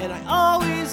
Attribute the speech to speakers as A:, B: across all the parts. A: And I always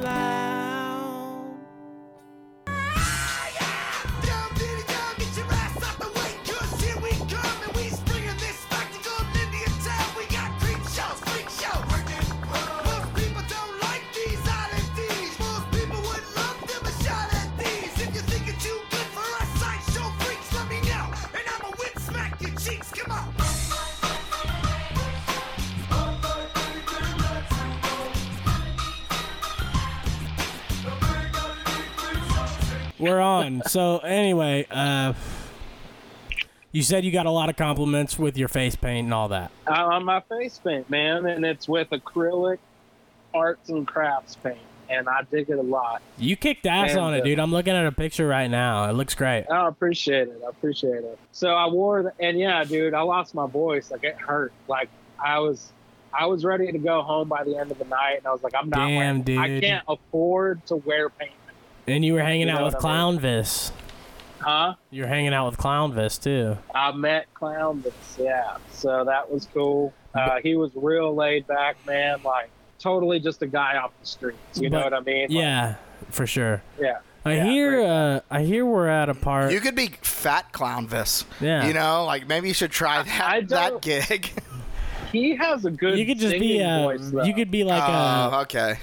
A: loud.
B: Come on!
C: We're on. so anyway, uh, you said you got a lot of compliments with your face paint and all that.
D: I- uh, on my face paint, man, and it's with acrylic arts and crafts paint, and I dig it a lot.
C: You kicked ass
D: Man,
C: on it,
D: the-
C: dude. I'm looking at a picture right now. It looks great.
D: I appreciate it. I appreciate it. So I wore, the, and yeah, dude, I lost my voice. Like it hurt. Like I was, I was ready to go home by the end of the night, and I was like, I'm not.
C: Damn,
D: wearing, I
C: dude.
D: can't afford to wear paint,
C: And you were hanging
D: You
C: out
D: know
C: with
D: what I
C: Clownvis.
D: huh?
C: You were hanging out with Clownvis too.
D: I met Clownvis, yeah. So that was cool. Uh, he was real laid back, man. Like totally just a guy off the streets. You know
C: But-
D: what I mean? Like,
C: Yeah, for sure.
D: yeah.
C: I
D: Yeah,
C: hear.
D: great.
C: Uh, I hear we're at a part.
E: You could be fat clownvis.
C: Yeah.
E: You know, like maybe you should try that
D: I
E: that
D: don't-
E: gig.
D: He has a good.
C: You could just be.
D: singing
C: Uh,
D: voice, though.
C: you could be like a.
E: Oh, okay.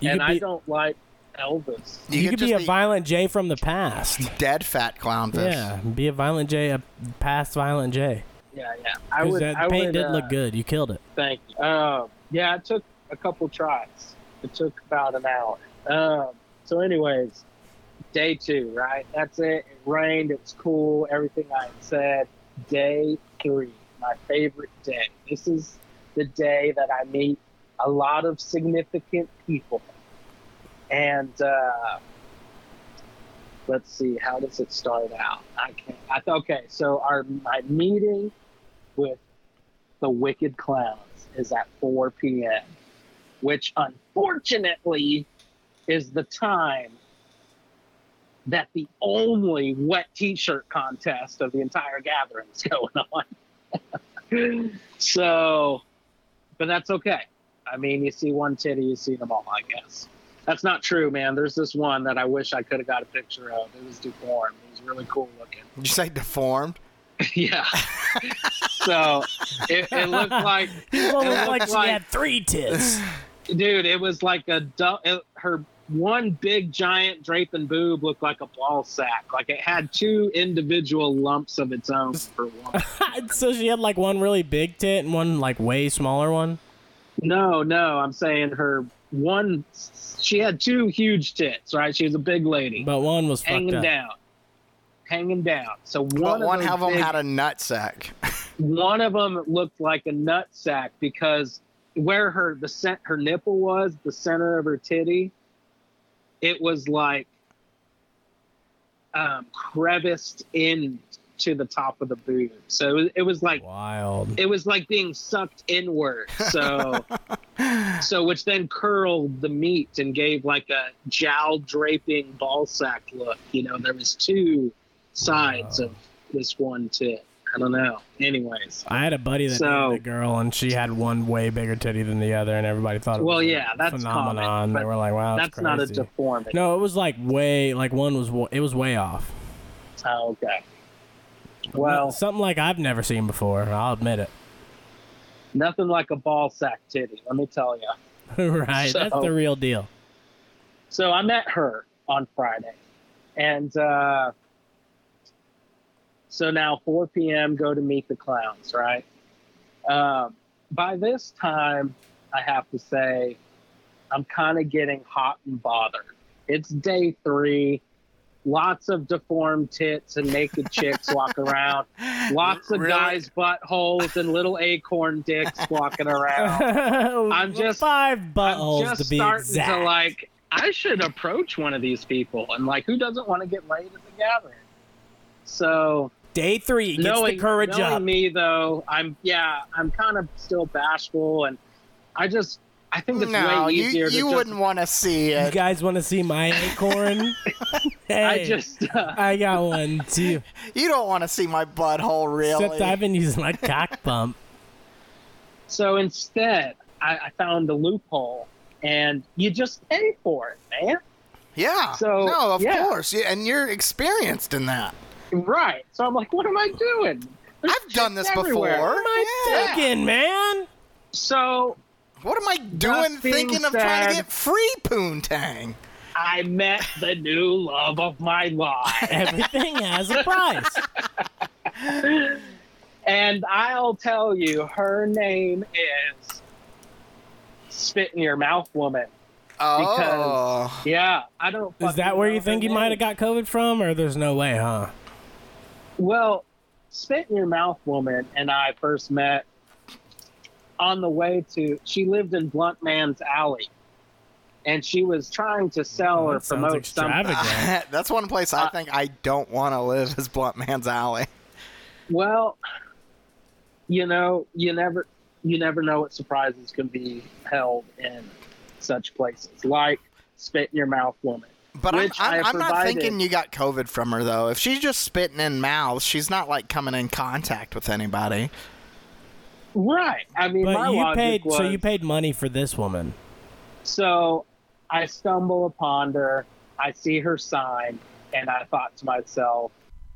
C: You
D: and
C: could
D: I
C: be,
D: don't like Elvis.
C: you could be
E: just
C: a violent J from the past.
E: dead fat clownvis.
C: Yeah, be a violent J, a past violent J.
D: Yeah, yeah. I
C: 'Cause
D: would.
C: that
D: I
C: paint
D: would,
C: did
D: uh,
C: look good. You killed it.
D: Thank you. Um, yeah, it took a couple tries. It took about an hour. Um, so, anyways, day two, right? That's it. It rained. It was cool. Everything I had said. Day three, my favorite day. This is the day that I meet a lot of significant people. And uh, let's see, how does it start out? I can't. I, th- okay, so our my meeting with the Wicked Clowns is at 4 p.m., which unfortunately is the time that the only wet t-shirt contest of the entire gathering is going on. so, but that's okay. I mean, you see one titty, you see them all, I guess. That's not true, man. There's this one that I wish I could have got a picture of. It was deformed. It was really cool looking.
E: Did you say deformed?
D: yeah. so it, it looked like
C: People look
D: it looked
C: like she
D: like-
C: had three tits.
D: dude it was like a du- it, her one big giant draping boob looked like a ball sack like it had two individual lumps of its own for one
C: so she had like one really big tit and one like way smaller one.
D: no no i'm saying her one she had two huge tits right she was a big lady
C: But one was fucked
D: hanging
C: up.
D: down hanging down so one
E: But
D: of
E: one
D: those
E: of them
D: big-
E: had a nut sack.
D: one of them looked like a nut sack because where her the cent, her nipple was the center of her titty it was like um creviced in to the top of the boob so it was, it was like
C: Wild.
D: it was like being sucked inward so so which then curled the meat and gave like a jowl draping ball sack look you know there was two sides of this one tit i don't know anyways
C: I had a buddy that
D: So-
C: dated a girl and she had one way bigger titty than the other, and everybody thought it
D: Well,
C: was a
D: yeah, that's
C: phenomenon.
D: common,
C: they
D: but
C: were like, "Wow,
D: that's
C: crazy.
D: not a deformity
C: No, it was like way like one was wa- it was way off.
D: Oh, okay well
C: something like I've never seen before. I'll admit it.
D: nothing like a ball sack titty let me tell you
C: right, that's
D: So-
C: the real deal.
D: so I met her on Friday, and uh, so now 4 p.m. Go to meet the clowns, right? Um, by this time, I have to say, I'm kind of getting hot and bothered. It's day three. Lots of deformed tits and naked chicks walk around. Lots of
E: Really?
D: guys' buttholes and little acorn dicks walking around.
C: I'm
D: just-
C: five
D: I'm
C: buttholes
D: just
C: to be
D: starting
C: exact.
D: to like. I should approach one of these people and like, who doesn't want to get laid at the gathering? So
C: Day three gets
D: knowing,
C: the courage
D: knowing
C: up.
D: me though, I'm yeah, I'm kind of still bashful, and I just I think it's
E: no,
D: way
E: you,
D: easier.
E: you
D: to
E: wouldn't want to see
C: You
E: it.
C: guys want to see my acorn? hey,
D: Just, I just uh,
C: I got one too.
E: You don't want to see my butthole, really.
C: Except I've been using my cock pump.
D: so instead I, I found the loophole, and you just pay for it, man.
E: yeah.
D: So,
E: no, of
D: yeah.
E: course. Yeah, and you're experienced in that.
D: Right. So I'm like, what am I doing? There's
E: I've done
D: chicks
E: this
D: everywhere. Oh
E: before. Yeah.
C: Fucking man.
D: So
E: What am I doing
D: being
E: thinking of trying to
D: said-
E: get free poontang?
D: I met the new love of my life.
C: Everything has a price.
D: And I'll tell you, her name is Spit in Your Mouth Woman.
E: Oh.
D: Yeah, I don't.
C: Is
D: fucking
C: that where
D: know
C: you
D: her
C: think you
D: name.
C: might have got COVID from, or there's no way, huh?
D: Well, Spit in Your Mouth Woman and I first met on the way to. She lived in Blunt Man's Alley, and she was trying to sell
C: That
D: or
C: sounds
D: promote Oh, something.
C: extravagant.
E: That's one place I think I don't want to live is Blunt Man's Alley.
D: Well, you know, you never you never know what surprises can be held in such places, like spit in your mouth woman.
E: But I'm,
D: Which I
E: I'm, I'm not
D: provided.
E: thinking you got COVID from her, though. If she's just spitting in mouths, she's not like coming in contact with anybody.
D: Right. I mean, my
C: But you
D: logic
C: paid,
D: was
C: so you paid money for this woman.
D: so I stumble upon her, I see her sign, and I thought to myself,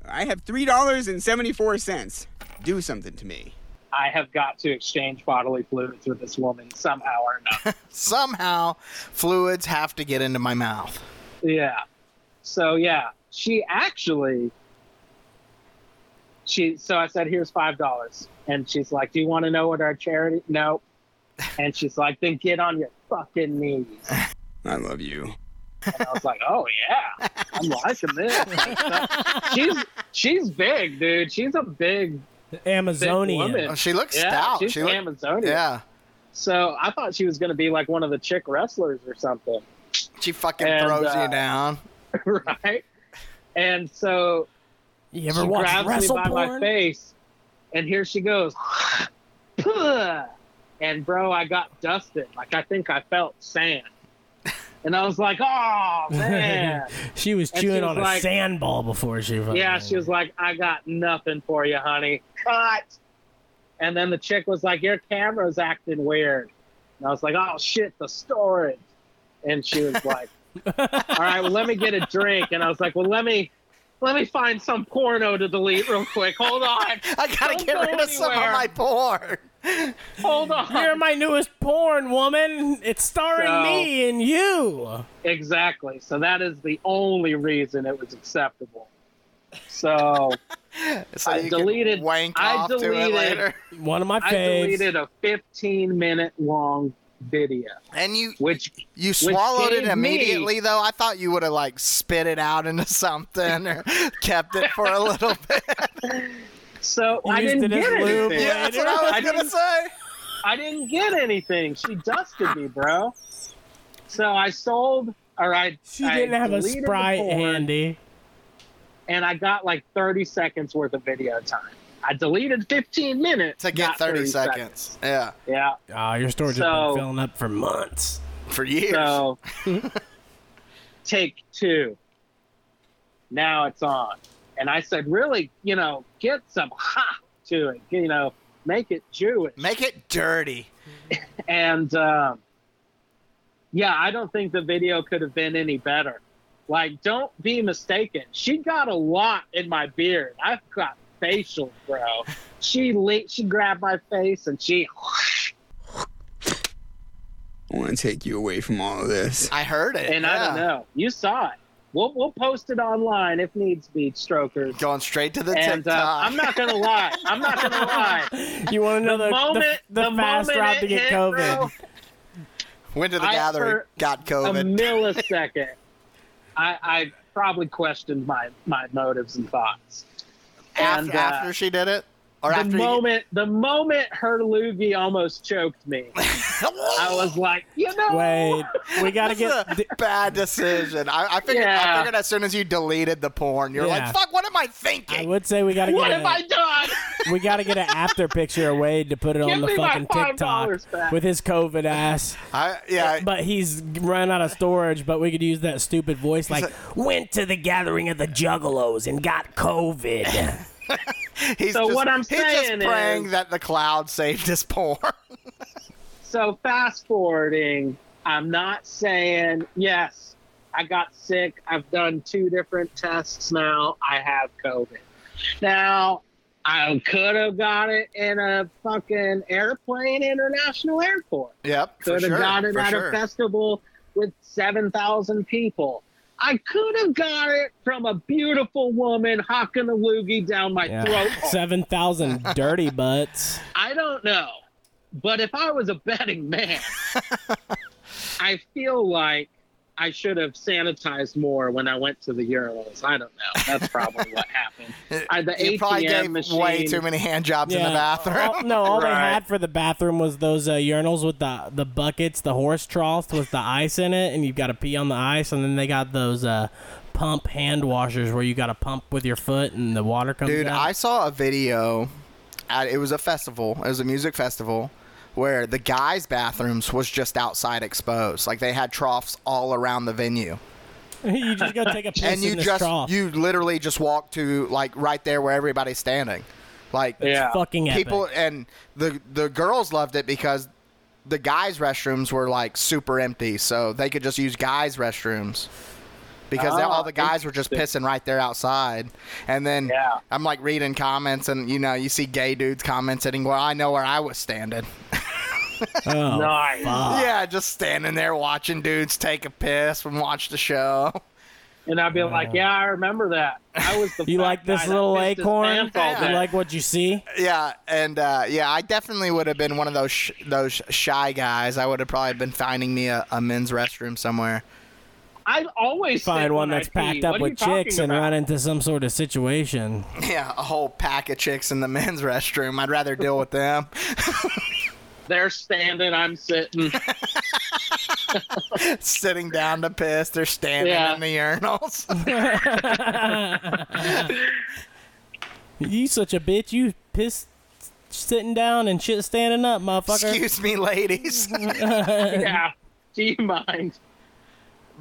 F: I have $3.74. Do something to me.
D: I have got to exchange bodily fluids with this woman somehow or another.
E: Somehow, fluids have to get into my mouth.
D: Yeah. So yeah, she actually she so I said, Here's five dollars. And she's like, Do you want to know what our charity no. And she's like, Then get on your fucking knees. And
F: I love you.
D: I was like, Oh yeah. I'm liking this. Like, so- she's she's big, dude. She's a big thick
C: Amazonian.
E: Oh,
D: woman.
E: She looks
D: Yeah,
E: stout.
D: she's
E: she look-
D: Amazonian.
E: yeah.
D: So I thought she was gonna be like one of the chick wrestlers or something.
E: She fucking
D: And,
E: throws
D: uh,
E: you down.
D: right? And so
C: You ever
D: she
C: watch
D: grabs
C: wrestle
D: me by my
C: porn?
D: face, and here she goes. Puh. and bro, I got dusted. Like I think I felt sand. And I was like, oh man.
C: she was
D: And she
C: chewing
D: was
C: on
D: like-
C: a sandball before she. fucking-
D: yeah, she was like, I got nothing for you, honey. Cut. And then the chick was like, your camera's acting weird. And I was like, oh shit, the storage. And she was like, all right, well let me get a drink. And I was like, well let me. Let me find some porno to delete real quick. Hold on.
E: I gotta
D: don't
E: get
D: go
E: rid of some of
D: anywhere.
E: my porn.
D: Hold on.
C: You're my newest porn woman. It's starring
D: So-
C: me and you.
D: Exactly. So that is the only reason it was acceptable. So
E: So
D: I
E: you can
D: deleted-
E: wank
D: I
E: off to it
D: deleted-
E: later.
C: One of my
D: I
C: faves.
D: deleted a 15 minute long video,
E: And you
D: which
E: You swallowed it
D: gave me-
E: immediately, though. I thought you would have like spit it out into something or kept it for a little bit.
D: so
C: You
D: I
C: used
D: didn't
C: it as
D: get
C: lube.
D: anything.
E: yeah, that's what I
D: I
E: was gonna
D: didn't-
E: say.
D: I didn't get anything. She dusted me, bro. So I sold, or I
C: She
D: I
C: didn't have a
D: deleted the
C: sprite
D: porn,
C: handy.
D: and I got like 30 seconds worth of video time. I deleted 15 minutes
E: To
D: not
E: get 30, seconds. Yeah,
D: Yeah.
C: Oh, your storage has
D: So-
C: been filling up for months.
E: for years.
D: So, take two. Now it's on. And I said, really, you know, get some ha to it, you know, make it Jewish.
E: Make it dirty.
D: And um, yeah, I don't think the video could have been any better. Like, don't be mistaken. She got a lot in my beard. I've got facial, bro. She le- she grabbed my face and she
F: I want to take you away from all of this.
E: I heard it.
D: and I don't
E: yeah.
D: know. You saw it. We'll we'll post it online if needs be, strokers.
E: Going straight to the
D: And
E: TikTok.
D: uh, I'm not gonna lie. I'm not gonna lie.
C: You want to know the, the,
D: moment-
C: the,
D: the
C: fast
D: moment
C: route to
D: it
C: get
D: hit,
C: COVID?
D: bro,
E: Went to the
D: I-
E: gathering,
D: for
E: got
D: A
E: COVID.
D: millisecond. I, I probably questioned my my motives and thoughts.
E: after,
D: and, uh,
E: after she did it, or
D: the
E: after you-
D: moment the moment her loogie almost choked me, I was like, you know,
C: Wait, we gotta
E: This is
C: get.
E: a bad decision. I, I figured. I
D: Yeah.
E: figured as soon as you deleted the porn, you're
C: Yeah.
E: like, "Fuck! What am I thinking?"
C: I would say we gotta
D: what
C: get.
D: have
C: A,
D: I done?
C: we gotta get an after picture of Wade to put it on
D: Give
C: the
D: me my
C: fucking
D: $5
C: TikTok
D: back.
C: with his COVID ass.
E: I- yeah.
C: But he's run out of storage. But we could use that stupid voice, like
G: went to the gathering of the juggalos and got COVID.
E: He's
D: So
E: just,
D: what I'm
E: he's
D: saying
E: just praying
D: is-
E: that the cloud saved his porn.
D: So fast forwarding, I'm not saying yes. I got sick. I've done two different tests now. I have COVID. Now I could have got it in a fucking airplane, international airport.
E: yep. for
D: Could have
E: sure,
D: got it
E: for
D: at
E: sure.
D: a festival with 7,000 people. I could have got it from a beautiful woman hocking a loogie down my throat.
C: yeah, seven thousand dirty butts.
D: I don't know. But if I was a betting man, I feel like I should have sanitized more when I went to the urinals. I don't know. That's probably what happened. I, the
E: you
D: ATM
E: probably gave
D: machine.
E: way too many hand jobs in the
C: All-
E: bathroom.
C: no, all they
D: Right.
C: had for the bathroom was those uh, urinals with the the buckets, the horse trough with the ice in it, and you've got to pee on the ice. And then they got those uh, pump hand washers where you got to pump with your foot and the water comes
E: Dude,
C: out.
E: I saw a video. At, it was a festival. It was a music festival where the guys' bathrooms was just outside exposed. Like they had troughs all around the venue,
C: you just go take a piss
E: and you
C: in this
E: just
C: trough.
E: you literally just walk to like right there where everybody's standing. Like
D: Yeah.
C: Fucking epic.
E: people and the the girls loved it because the guys' restrooms were like super empty, so they could just use guys' restrooms because they-
D: Ah,
E: all the guys were just pissing right there outside. And then
D: Yeah.
E: I'm like reading comments, and you know you see gay dudes commenting, "Well, I know where I was standing."
C: Oh.
D: Nice.
E: yeah, just standing there watching dudes take a piss and watch the show.
D: And I'd be like, yeah, I remember that. I was the
C: You
D: fat
C: like this
D: guy that
C: little
D: pissed his
C: acorn?
D: pants all
C: You
D: day.
C: like what you see?
E: Yeah, and uh, yeah, I definitely would have been one of those sh- those shy guys. I would have probably been finding me a, a men's restroom somewhere.
D: I always sit
C: Find one
D: when I
C: that's packed
D: pee.
C: up
D: What are you
C: with chicks
D: talking
C: and
D: about?
C: run into some sort of situation.
E: Yeah, a whole pack of chicks in the men's restroom. I'd rather deal with them.
D: They're standing. I'm sitting.
E: Sitting down to piss, they're standing
D: Yeah.
E: in the urinals.
C: You such a bitch. You piss sitting down and shit standing up, motherfucker.
E: Excuse me, ladies.
D: yeah. Do you mind?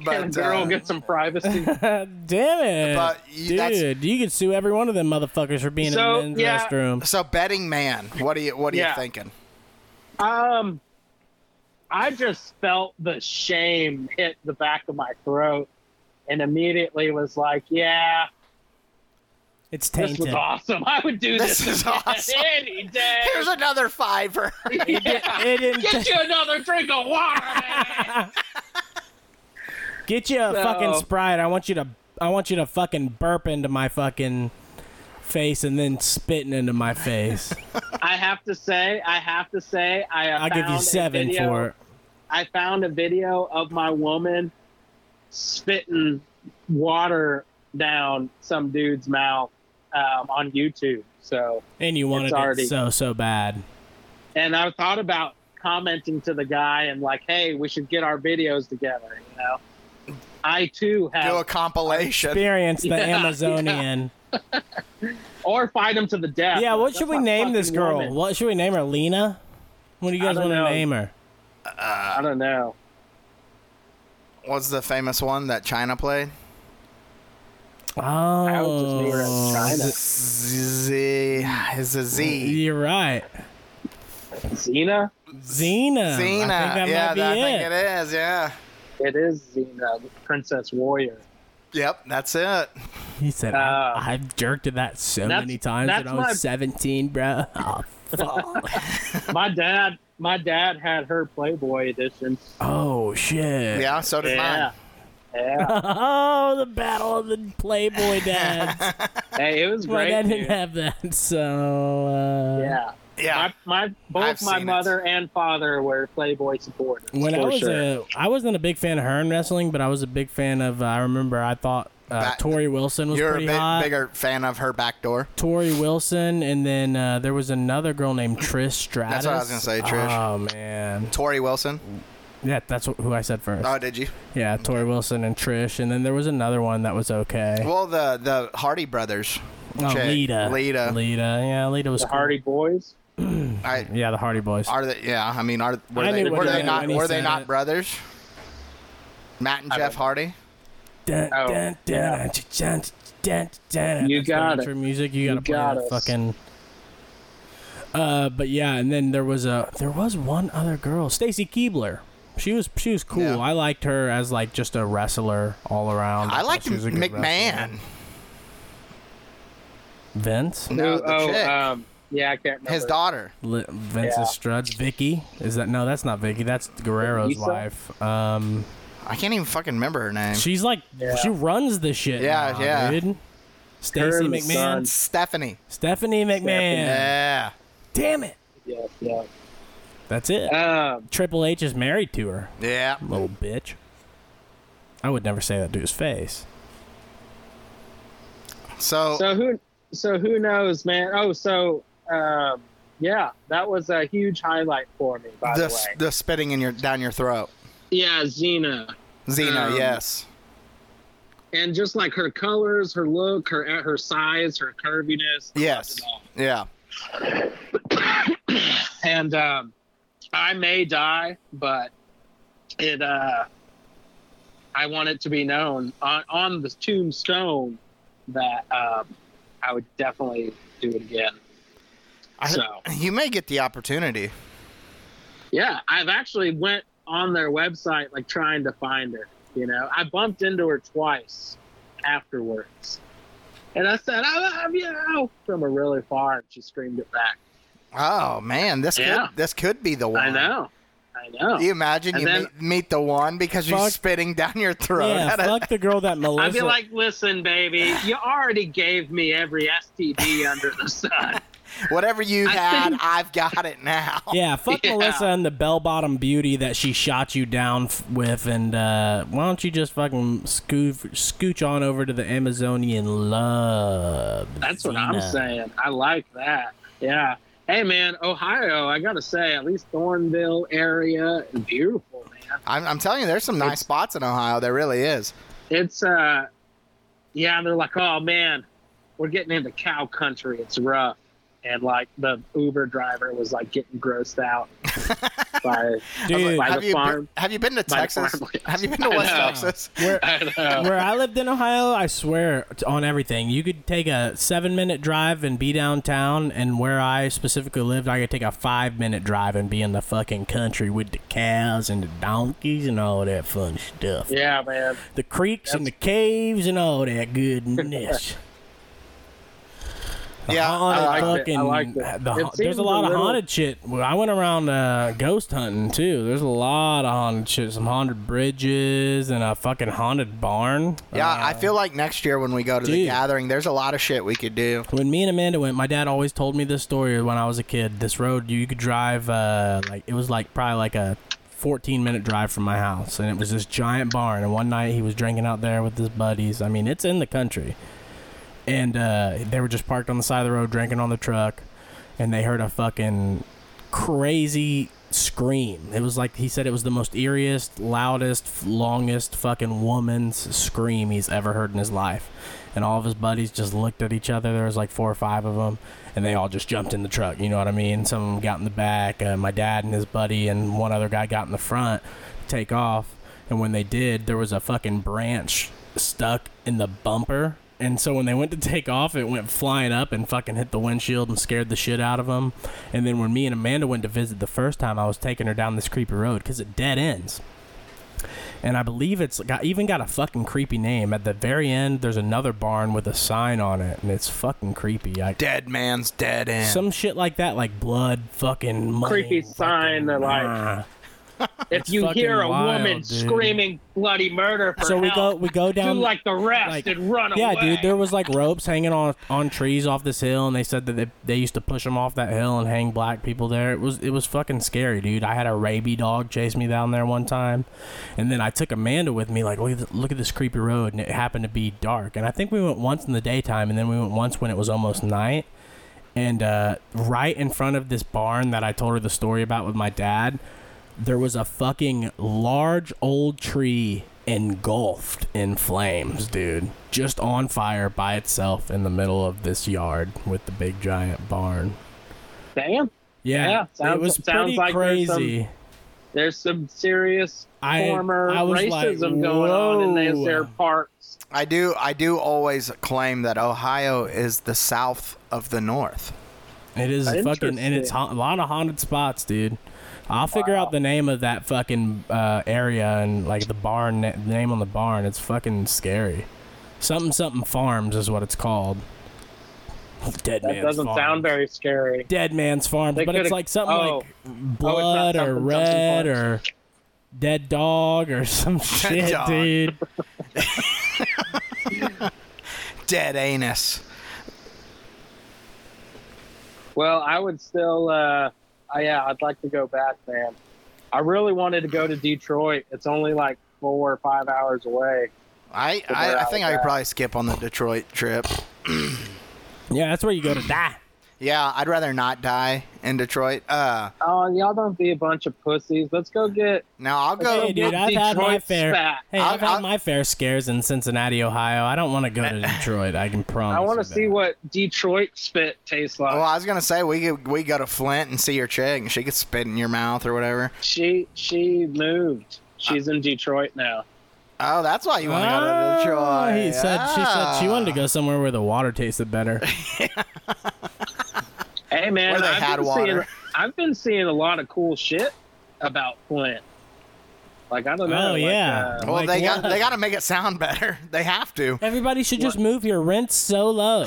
D: Can a
E: but
D: girl
E: uh,
D: get some privacy?
C: Damn it,
E: But you- that's-
C: dude! You could sue every one of them motherfuckers for being
D: So,
C: in the men's
D: yeah.
C: restroom.
E: so betting man, what are you what are you
D: Yeah.
E: thinking?
D: Um, I just felt the shame hit the back of my throat, and immediately was like, "Yeah,
C: It's
D: this
C: tainted.
D: was awesome. I would do this,
E: This is
D: again
E: awesome.
D: any day.
E: Here's another fiver.
C: It didn't ta-
D: Get you another drink of water."
C: get you a
D: So-
C: fucking sprite. I want you to. I want you to fucking burp into my fucking face and then spitting into my face.
D: I have to say, I have to say, I uh,
C: I'll give you seven for it.
D: I found a video of my woman spitting water down some dude's mouth um, on YouTube. So.
C: And you wanted
D: already-
C: it so so bad.
D: and I thought about commenting to the guy and like, hey, we should get our videos together. You know, I too
E: Do a
D: have,
E: compilation.
C: Experience the
D: Yeah,
C: Amazonian.
D: or fight him to the death.
C: Yeah, what
D: That's
C: should we
D: my
C: name this
D: fucking
C: girl?
D: woman.
C: What should we name her? Lena? What do you
D: I
C: guys
D: don't
C: want to
D: know.
C: name her?
D: I don't know.
E: What's the famous one that China played?
C: Oh,
D: would just name her as China.
E: Z is a Z.
C: You're right.
D: Xena?
C: Xena. I think
E: Xena.
C: that
E: Yeah,
C: might be
E: that- I
C: it.
E: think it is. Yeah.
D: It is Xena, the Princess Warrior.
E: Yep, that's it.
C: He said,
D: Uh,
C: I, I've jerked at that so
D: that's-
C: many times when
D: that's
C: I was
D: my-
C: 17, bro. Oh, fuck.
D: My dad, my dad had her Playboy edition.
C: oh, shit.
E: Yeah, so
D: Yeah.
E: did mine.
D: Yeah.
C: Oh, the battle of the Playboy dads.
D: hey, it was
C: My
D: great.
C: dad
D: dude.
C: didn't have that, so. Uh,
D: yeah.
E: Yeah.
D: My, my both
E: I've
D: my
E: seen it.
D: mother and father were Playboy supporters.
C: When I
D: for
C: was
D: sure.
C: a, I wasn't a big fan of Hearn wrestling, but I was a big fan of. Uh, I remember I thought Uh,
E: Back-
C: Tori Wilson was
E: You're a
C: pretty
E: big,
C: hot.
E: bigger fan of her back door.
C: Tori Wilson, and then uh, there was another girl named Trish Stratus.
E: That's what I was gonna say, Trish.
C: Oh man,
E: Tori Wilson.
C: yeah, that's wh- who I said first.
E: Oh, did you?
C: yeah, Tori Wilson and Trish, and then there was another one that was okay.
E: Well, the the Hardy brothers.
C: oh,
E: chick,
C: Lita.
E: Lita.
C: Lita. Yeah, Lita was
D: The
C: cool.
D: Hardy Boys.
E: I,
C: Yeah, the Hardy Boys.
E: Are they? Yeah, I mean, are were
C: I
E: they
C: knew what
E: were
C: he
E: they
C: meant
E: not
C: when he
E: were they
C: said
E: not
C: it.
E: brothers? Matt and Jeff Hardy.
G: Dun,
D: Oh,
G: dun,
D: yeah.
G: dun, dun, dun, dun.
D: You
C: That's the
D: got
C: intro
D: it.
C: music. You gotta
D: You
C: play
D: got
C: that
D: us.
C: fucking. Uh, but yeah, and then there was a there was one other girl, Stacy Keebler. She was she was cool.
E: Yeah.
C: I liked her as like just a wrestler all around.
E: I
C: thought
E: liked
C: she was a good wrestler.
E: McMahon.
C: Vince,
E: No,
D: Who-
E: the
D: oh,
E: chick.
D: um, yeah, I can't remember.
E: His daughter.
C: Li- Vince's
D: Yeah.
C: Struts, Vicky. Is that no? That's not Vicky. That's Guerrero's
D: Lisa?
C: wife. Um,
E: I can't even fucking remember her name.
C: she's like
D: Yeah.
C: she runs the shit.
E: Yeah,
C: now,
E: yeah.
C: dude. Stacy
D: and the
C: McMahon,
D: son.
E: Stephanie.
C: Stephanie McMahon.
E: Yeah.
G: Damn it.
D: Yes, yeah.
C: That's it.
D: Um,
C: Triple H is married to her.
E: Yeah.
C: Little bitch. I would never say that to his face.
E: So,
D: so who so who knows, man? Oh, so um, yeah, that was a huge highlight for me, by
E: the
D: the way.
E: the spitting in your down your throat.
D: yeah, Xena.
E: Xena,
D: Um,
E: yes.
D: and just like her colors, her look, her uh, her size, her curviness. I
E: Yes.
D: loved
E: Yeah.
D: it all. And um, I may die, but it. Uh, I want it to be known on on the tombstone that um, I would definitely do it again.
E: I-
D: so
E: You may get the opportunity.
D: yeah, I've actually went on their website like trying to find her. You know, I bumped into her twice afterwards, and I said, "I love you" from her really far, and she screamed it back.
E: Oh man, this
D: Yeah.
E: could this could be the one.
D: I know. I know.
E: You imagine
D: And
E: you
D: then-
E: meet, meet the one because you're
C: Fuck.
E: spitting down your throat.
C: yeah,
E: at a-
C: fuck the girl that Melissa.
D: I'd be like, listen, baby, you already gave me every STD under the sun.
E: whatever you
D: I
E: had,
D: think-
E: I've got it now.
C: yeah, fuck
D: Yeah.
C: Melissa and the bell-bottom beauty that she shot you down f- with, and uh, why don't you just fucking scooch, scooch on over to the Amazonian love?
D: That's what I'm
C: Xena.
D: saying. I like that. Yeah. Hey, man, Ohio, I got to say, at least Thornville area is beautiful, man.
E: I'm, I'm telling you, there's some nice spots in Ohio. There really is.
D: It's, uh, yeah, they're like, oh, man, we're getting into cow country. It's rough. And like the Uber driver was like getting grossed out by,
C: Dude,
D: By
E: have
D: the
E: you
D: farm-
E: been, have you been to
D: by the
E: Texas?
D: farm.
E: Have you been to
D: I
E: West
D: know.
E: Texas?
D: I don't know.
C: where I lived in Ohio, I swear t- on everything. You could take a seven minute drive and be downtown, and where I specifically lived, I could take a five minute drive and be in the fucking country with the cows and the donkeys and all that fun stuff.
D: yeah, man.
C: The creeks and the caves and all that goodness. The
E: Yeah,
C: haunted
E: I liked
D: it. I
C: fucking,
D: liked it.
C: the
D: It
C: ha- there's
D: seems
C: a lot
D: a
C: of
D: little-
C: haunted shit. Well, I went around uh, ghost hunting too. There's a lot of haunted shit. Some haunted bridges and a fucking haunted barn.
E: Yeah,
C: Uh,
E: I feel like next year when we go to the
C: dude.
E: gathering, there's a lot of shit we could do.
C: When me and Amanda went, my dad always told me this story when I was a kid. This road you could drive, uh, like it was like probably like a 14 minute drive from my house, and it was this giant barn. And one night he was drinking out there with his buddies. I mean, it's in the country, and uh, they were just parked on the side of the road drinking on the truck, and they heard a fucking crazy scream. It was like he said it was the most eeriest, loudest, longest fucking woman's scream he's ever heard in his life. And all of his buddies just looked at each other. There was like four or five of them, and they all just jumped in the truck. You know what I mean? Some of them got in the back. Uh, my dad and his buddy and one other guy got in the front to take off. And when they did, there was a fucking branch stuck in the bumper. And so when they went to take off, it went flying up and fucking hit the windshield and scared the shit out of them. And then when me and Amanda went to visit the first time, I was taking her down this creepy road because it dead ends. And I believe it's got even got a fucking creepy name. At the very end, there's another barn with a sign on it, and it's fucking creepy. I,
E: Dead man's dead end.
C: some shit like that, like blood, fucking money,
D: Creepy
C: fucking-
D: sign that, like,
C: Ah.
D: if you
C: fucking
D: hear a
C: wild,
D: woman
C: dude.
D: screaming bloody murder for
C: So we go
D: help,
C: we go down
D: do like the rest
C: like-
D: and run
C: yeah,
D: away.
C: dude, there was like ropes hanging on on trees off this hill, and they said that they, they used to push them off that hill and hang black people there. It was it was fucking scary, dude. I had a rabie dog chase me down there one time, and then I took Amanda with me. Like, look at, th- look at this creepy road, and it happened to be dark. And I think we went once in the daytime, and then we went once when it was almost night. And uh, right in front of this barn that I told her the story about with my dad, there was a fucking large old tree engulfed in flames, dude. Just on fire by itself in the middle of this yard with the big giant barn.
D: Damn,
C: Yeah,
D: Yeah, sounds-
C: it was
D: sounds
C: pretty
D: like there's some
C: crazy.
D: there's some serious
C: I-
D: former
C: I was like,
D: racism going on in these
C: whoa.
D: there parks.
E: I do. I do always claim that Ohio is the South of the North.
C: It is fucking, and it's
D: Interesting.
C: ha- a lot of haunted spots, dude. I'll figure out the name of that fucking uh, area and like the barn na- the name on the barn. It's fucking scary. Something something farms is what it's called. Dead
D: That
C: man's
D: doesn't
C: farm.
D: sound very scary.
C: Dead Man's Farm,
D: They
C: but it's
D: coulda-
C: like something
D: oh.
C: like blood
D: something
C: or
D: Johnson
C: red
D: Farms.
C: or dead dog or some shit,
E: dog.
C: dude.
E: Dead anus.
D: Well, I would still, uh, I, yeah, I'd like to go back, man. I really wanted to go to Detroit. It's only like four or five hours away.
E: I
D: we're
E: I, I
D: out
E: think
D: of
E: I could
D: that.
E: probably skip on the Detroit trip.
C: Yeah, that's where you go to die.
E: Yeah, I'd rather not die in Detroit. Uh,
D: Oh, y'all don't be a bunch of pussies. Let's go get.
E: now I'll go.
C: Hey, dude,
D: get
C: I've had my
D: Detroit
C: fair.
D: spat.
C: Hey,
E: I'll-
C: I've had
E: I'll-
C: my fair scares in Cincinnati, Ohio. I don't want to go to Detroit. I can promise.
D: I want to
C: you
D: see
C: that.
D: what Detroit spit tastes like.
E: Well, I was gonna say we could, we go to Flint and see your chick, and she could spit in your mouth or whatever.
D: she she moved. She's in Detroit now.
E: Oh, that's why you want to
C: Ah,
E: go to Detroit.
C: He said she said she wanted to
E: Ah.
C: go somewhere where the water tasted better.
D: Hey man,
E: Where they
D: I've,
E: had
D: been
E: water.
D: Seeing, I've been seeing a lot of cool shit about Flint. Like I don't know.
C: Oh,
D: like,
C: yeah.
D: uh,
E: Well,
C: Like,
E: they got
C: what?
E: they got to make it sound better. They have to.
C: Everybody should just move here. Rent's so low.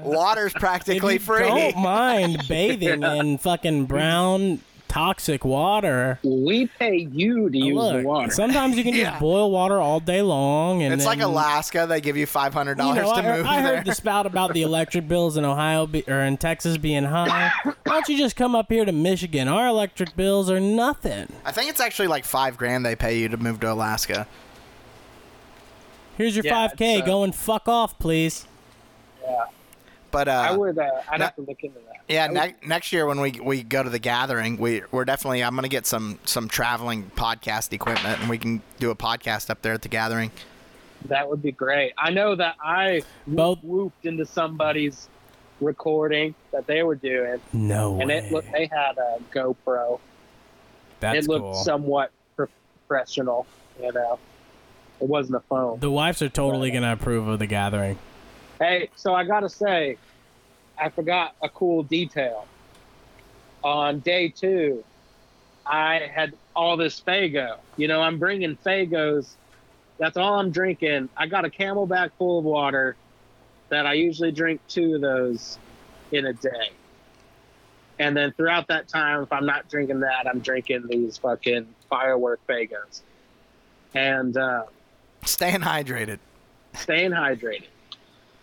E: Water's
C: If
E: practically
C: you
E: free.
C: don't mind bathing in fucking brown toxic water,
D: we pay you to use the
C: Look,
D: water.
C: Sometimes you can
E: Yeah.
C: just boil water all day long, and
E: It's
C: then,
E: like Alaska. They give you five hundred
C: You
E: dollars
C: know, I,
E: to
C: heard-
E: move
C: I
E: there.
C: heard the spout about the electric bills in Ohio be, or in Texas being high. Why don't you just come up here to Michigan? Our electric bills are nothing.
E: I think it's actually like five grand they pay you to move to Alaska.
C: Here's your
D: Yeah,
C: 5K.
D: it's, uh,
C: Go and fuck off, please.
E: But uh,
D: I would. Uh, I'd
E: no-
D: have to look into that.
E: yeah, ne- next year when we, we go to the gathering, we we're definitely I'm gonna get some some traveling podcast equipment, and we can do a podcast up there at the gathering.
D: That would be great. I know that I
C: Both-
D: Both. whooped into somebody's recording that they were doing,
C: No
D: and
C: way.
D: it looked. They had a GoPro.
C: That's
D: it looked
C: cool.
D: somewhat professional. You know, it wasn't a phone.
C: the wives are totally gonna approve of the gathering.
D: Hey, so I gotta say, I forgot a cool detail. On day two, I had all this Fago. You know, I'm bringing Fagos. That's all I'm drinking. I got a Camelback full of water that I usually drink two of those in a day. And then throughout that time, if I'm not drinking that, I'm drinking these fucking firework Fagos. And, uh,
E: Staying hydrated.
D: staying hydrated.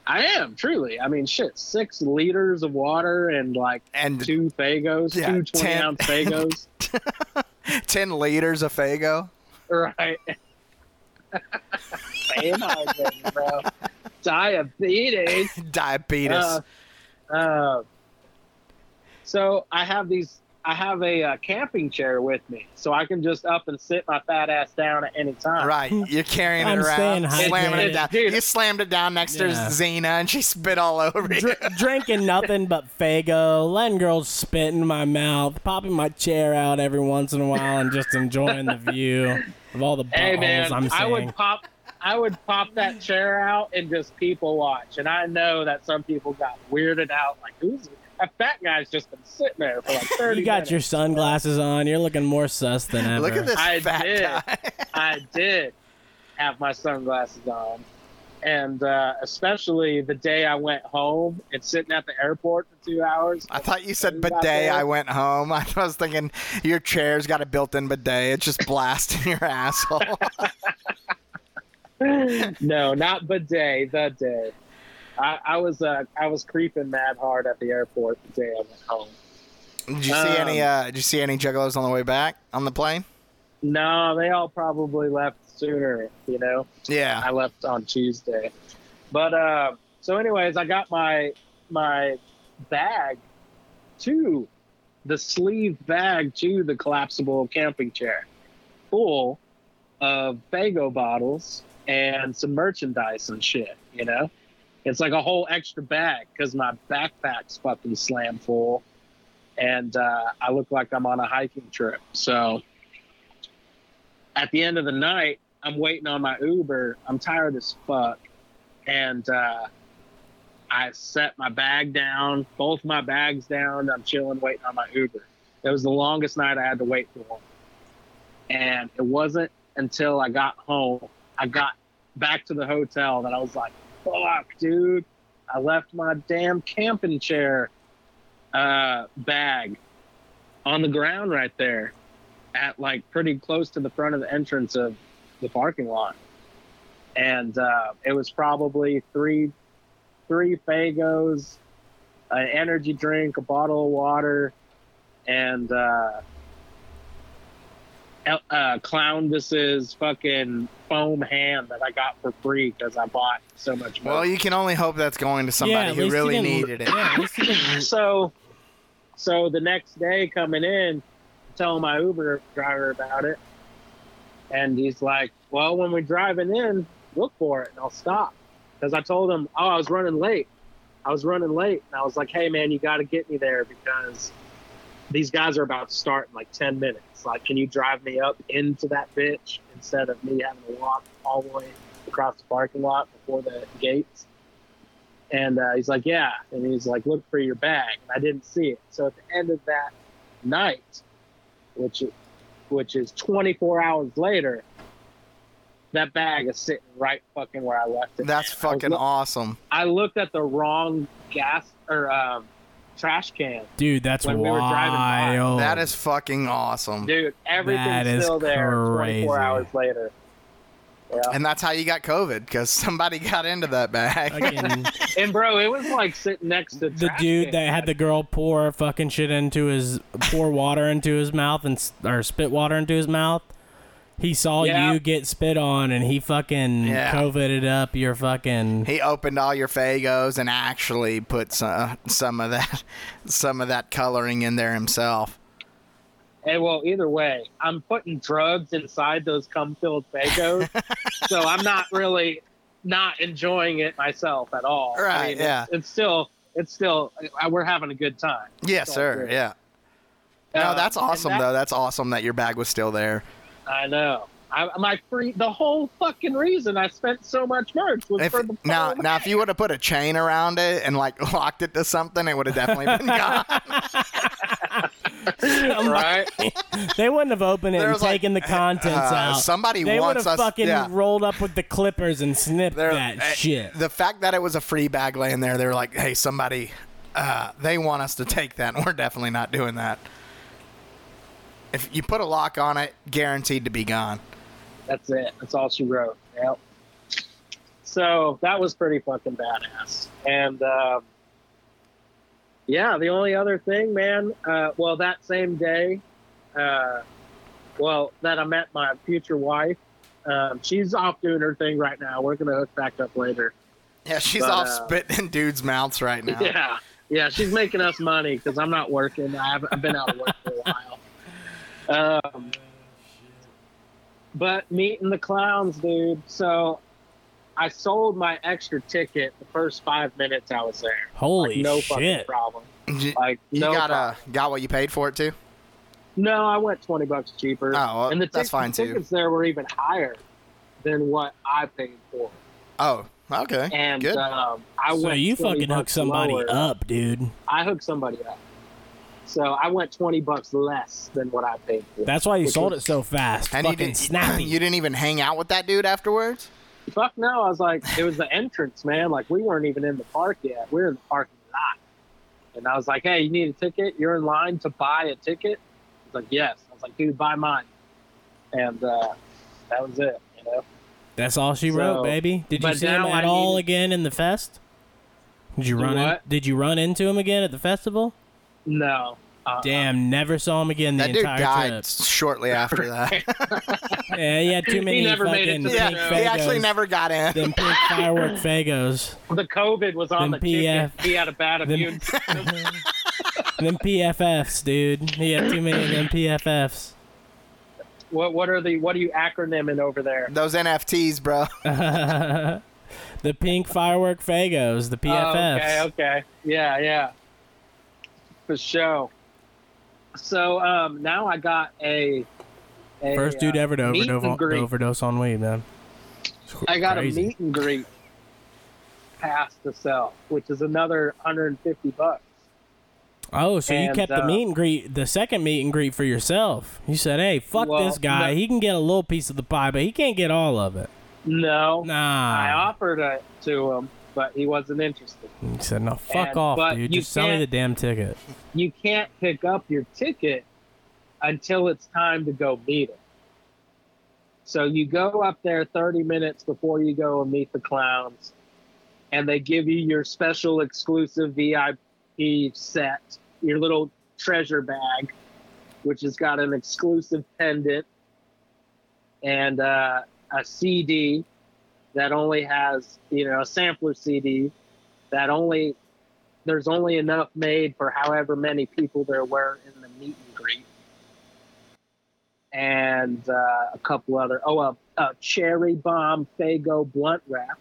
D: I am truly. I mean, shit, six liters of water and like
E: And-
D: two Fagos,
E: Yeah,
D: two 20
E: ten-
D: ounce Fagos.
E: Ten liters of Fago.
D: right. staying hydrated, bro. Diabetes.
E: Diabetes.
D: Uh, uh, so I have these. I have a uh, camping chair with me, so I can just up and sit my fat ass down at any time.
E: Right, you're carrying
C: I'm
E: it around,
C: staying
E: slamming it
C: hydrated.
E: down.
D: Dude.
E: You slammed it down next
C: Yeah.
E: to Xena, and she spit all over you.
C: Dr- drinking nothing but Fago, letting girls spit in my mouth, popping my chair out every once in a while, and just enjoying the view of all the buttholes
D: Hey man,
C: I'm seeing.
D: I would pop, I would pop that chair out and just people watch. And I know that some people got weirded out, like who's that fat guy's just been sitting there for like thirty.
C: You got
D: minutes.
C: your sunglasses on. You're looking more sus than ever.
E: Look at this
D: I
E: fat
D: did.
E: guy.
D: I did have my sunglasses on, and uh, especially the day I went home and sitting at the airport for two hours.
E: I thought you said
D: Got
E: bidet.
D: there.
E: I went home. I was thinking your chair's got a built-in bidet. It's just blasting your asshole.
D: no, not bidet. The day, I, I was uh, I was creeping mad hard at the airport the day I went home.
E: Did you see any?
D: Um,
E: Uh, did you see any juggalos on the way back on the plane?
D: No, they all probably left sooner. You know,
E: Yeah.
D: I left on Tuesday. But uh, so, anyways, I got my my bag to the sleeve bag to the collapsible camping chair, full of Fago bottles and some merchandise and shit. You know, it's like a whole extra bag because my backpack's fucking slam full, and uh, I look like I'm on a hiking trip. So at the end of the night, I'm waiting on my Uber. I'm tired as fuck. And uh, I set my bag down, both my bags down. I'm chilling, waiting on my Uber. It was the longest night I had to wait for one. And it wasn't until I got home, I got back to the hotel that I was like, fuck, dude. I left my damn camping chair uh, bag on the ground right there at like pretty close to the front of the entrance of the parking lot, and uh, it was probably three three Fagos, an energy drink, a bottle of water, and uh, El- uh, clown. This is fucking foam hand that I got for free because I bought so much. merch.
E: Well, you can only hope that's going to somebody
C: Yeah, at
E: who
C: least he
E: really
C: didn't-
E: needed it.
C: Yeah, at least he didn't-
D: so so the next day coming in telling my uber driver about it and he's like well when we're driving in look for it and i'll stop because i told him oh i was running late i was running late and i was like hey man you got to get me there because these guys are about to start in like 10 minutes like can you drive me up into that bitch instead of me having to walk all the way across the parking lot before the gates and uh, he's like, yeah. And he's like, look for your bag. And I didn't see it. So at the end of that night, which is, which is 24 hours later, that bag is sitting right fucking where I left it.
E: That's
D: man. I was
E: fucking
D: look-
E: awesome.
D: I looked at the wrong gas or um, trash can,
C: dude, that's
D: When we were driving by.
C: wild.
E: That is fucking awesome.
D: dude. Everything's
C: That is
D: still there. 24
C: crazy.
D: hours later. Yeah.
E: And that's how you got COVID because somebody got into that bag.
C: Fucking-
D: And bro, it was like sitting next to
C: the
D: trash
C: dude
D: can.
C: that had the girl pour fucking shit into his pour water into his mouth and s- or spit water into his mouth. He saw
D: Yeah.
C: you get spit on and he fucking
E: Yeah.
C: coveted up your fucking
E: He opened all your fagos and actually put some, some of that some of that coloring in there himself.
D: Hey, well, either way, I'm putting drugs inside those cum-filled bagos, so I'm not really not enjoying it myself at all.
E: Right,
D: it's-
E: yeah.
D: It's, still, it's still, I- we're having a good time.
E: Yes,
D: all
E: sir.
D: good.
E: Yeah. No,
D: Um,
E: that's
D: and
E: awesome
D: that-
E: though. That's awesome that your bag was still there.
D: I know. I, my free, the whole fucking reason I spent so much merch was
E: If,
D: for the
E: now,
D: fucking
E: now, if you would have put a chain around it and like locked it to something, it would have definitely been gone.
D: right.
C: They wouldn't have opened it
E: There
C: and
E: was like,
C: taken the contents
E: uh,
C: out.
E: somebody
C: they would
E: wants
C: have
E: us-
C: fucking
E: yeah.
C: rolled up with the clippers and snipped
E: There-
C: that
E: eh,
C: shit.
E: The fact that it was a free bag laying there, they were like, "Hey, somebody, uh, they want us to take that, and we're definitely not doing that." If you put a lock on it, guaranteed to be gone.
D: That's it. That's all she wrote. Yep. So that was pretty fucking badass. And um, yeah, the only other thing, man, uh, well, that same day, uh, well, that I met my future wife. Um, she's off doing her thing right now. We're going to hook back up later.
E: Yeah, she's
D: But,
E: off
D: uh,
E: spitting in dudes' mouths right now.
D: Yeah. Yeah, she's making us money because I'm not working. I haven't, I've been out of work for a while. Um, but meeting the clowns, dude. So I sold my extra ticket the first five minutes I was there.
C: Holy
D: no fucking
C: shit.
D: problem.
E: You,
D: Like
E: you
D: no
E: got
D: problem.
E: uh, got what you paid for it too.
D: No, I went twenty bucks cheaper.
E: Oh, well,
D: and the
E: that's
D: tic-
E: fine,
D: the
E: too.
D: tickets there were even higher than what I paid for.
E: Oh, okay,
D: And
E: good.
D: um, I
C: So
D: went.
C: you
D: 20
C: fucking hook
D: bucks
C: somebody
D: lower.
C: up, dude.
D: I hooked somebody up. So I went twenty bucks less than what I paid for.
C: That's why you
D: Which
C: sold
D: was-
C: it so fast.
E: and you
C: fucking
E: didn't
C: snappy.
E: you didn't even hang out with that dude afterwards.
D: fuck no. I was like, it was the entrance, man. Like we weren't even in the park yet. We were in the parking lot. And I was like, hey, you need a ticket? You're in line to buy a ticket? He's like, yes. I was like, dude, buy mine. And uh, that was it, you know?
C: That's all she wrote,
D: So-
C: baby. Did you
D: but
C: see him
D: now
C: at
D: I
C: all
D: need-
C: again in the fest? Did you
D: Do
C: run? In,
D: what?
C: did you run into him again at the festival?
D: No. Uh,
C: Damn, never saw him again the
E: That dude
C: entire
E: died
C: trip.
E: shortly after that.
C: Yeah, he had too many
D: never made it
C: fucking
D: to the
C: pink
D: show.
C: fagos.
E: he actually never got in.
C: Them pink firework fagos.
D: the COVID was on the
C: Then PF.
D: ticket. He had a bad immune system.
C: Them PFFs, dude. He had too many of them PFFs.
D: what, what are the, what are you acronyming over there?
E: Those NFTs, bro.
C: The pink firework fagos, the PFFs.
D: Oh, okay, okay. Yeah, yeah. For show. So um, now I got a, a,
C: First dude
D: uh,
C: ever to
D: meet and
C: overdose,
D: greet.
C: overdose on weed, man.
D: I got
C: Crazy.
D: a meet and greet pass to sell, which is another 150 bucks.
C: Oh, so you
D: And,
C: kept the
D: uh,
C: meet and greet, the second meet and greet for yourself. You said, "Hey, fuck
D: Well,
C: this guy.
D: no-
C: He can get a little piece of the pie, but he can't get all of it."
D: No, I
C: Nah.
D: offered it to him, but he wasn't interested.
C: He said, "No, fuck
D: And-
C: off,
D: but
C: dude.
D: you
C: Just sell me
D: can't-
C: the damn ticket."
D: You can't pick up your ticket until it's time to go meet him. So you go up there 30 minutes before you go and meet the clowns, and they give you your special exclusive VIP set, your little treasure bag, which has got an exclusive pendant and uh, a CD that only has, you know, a sampler CD that only, there's only enough made for however many people there were in the meet and greet and uh, a couple other. Oh, a, a cherry bomb Fago blunt wrap.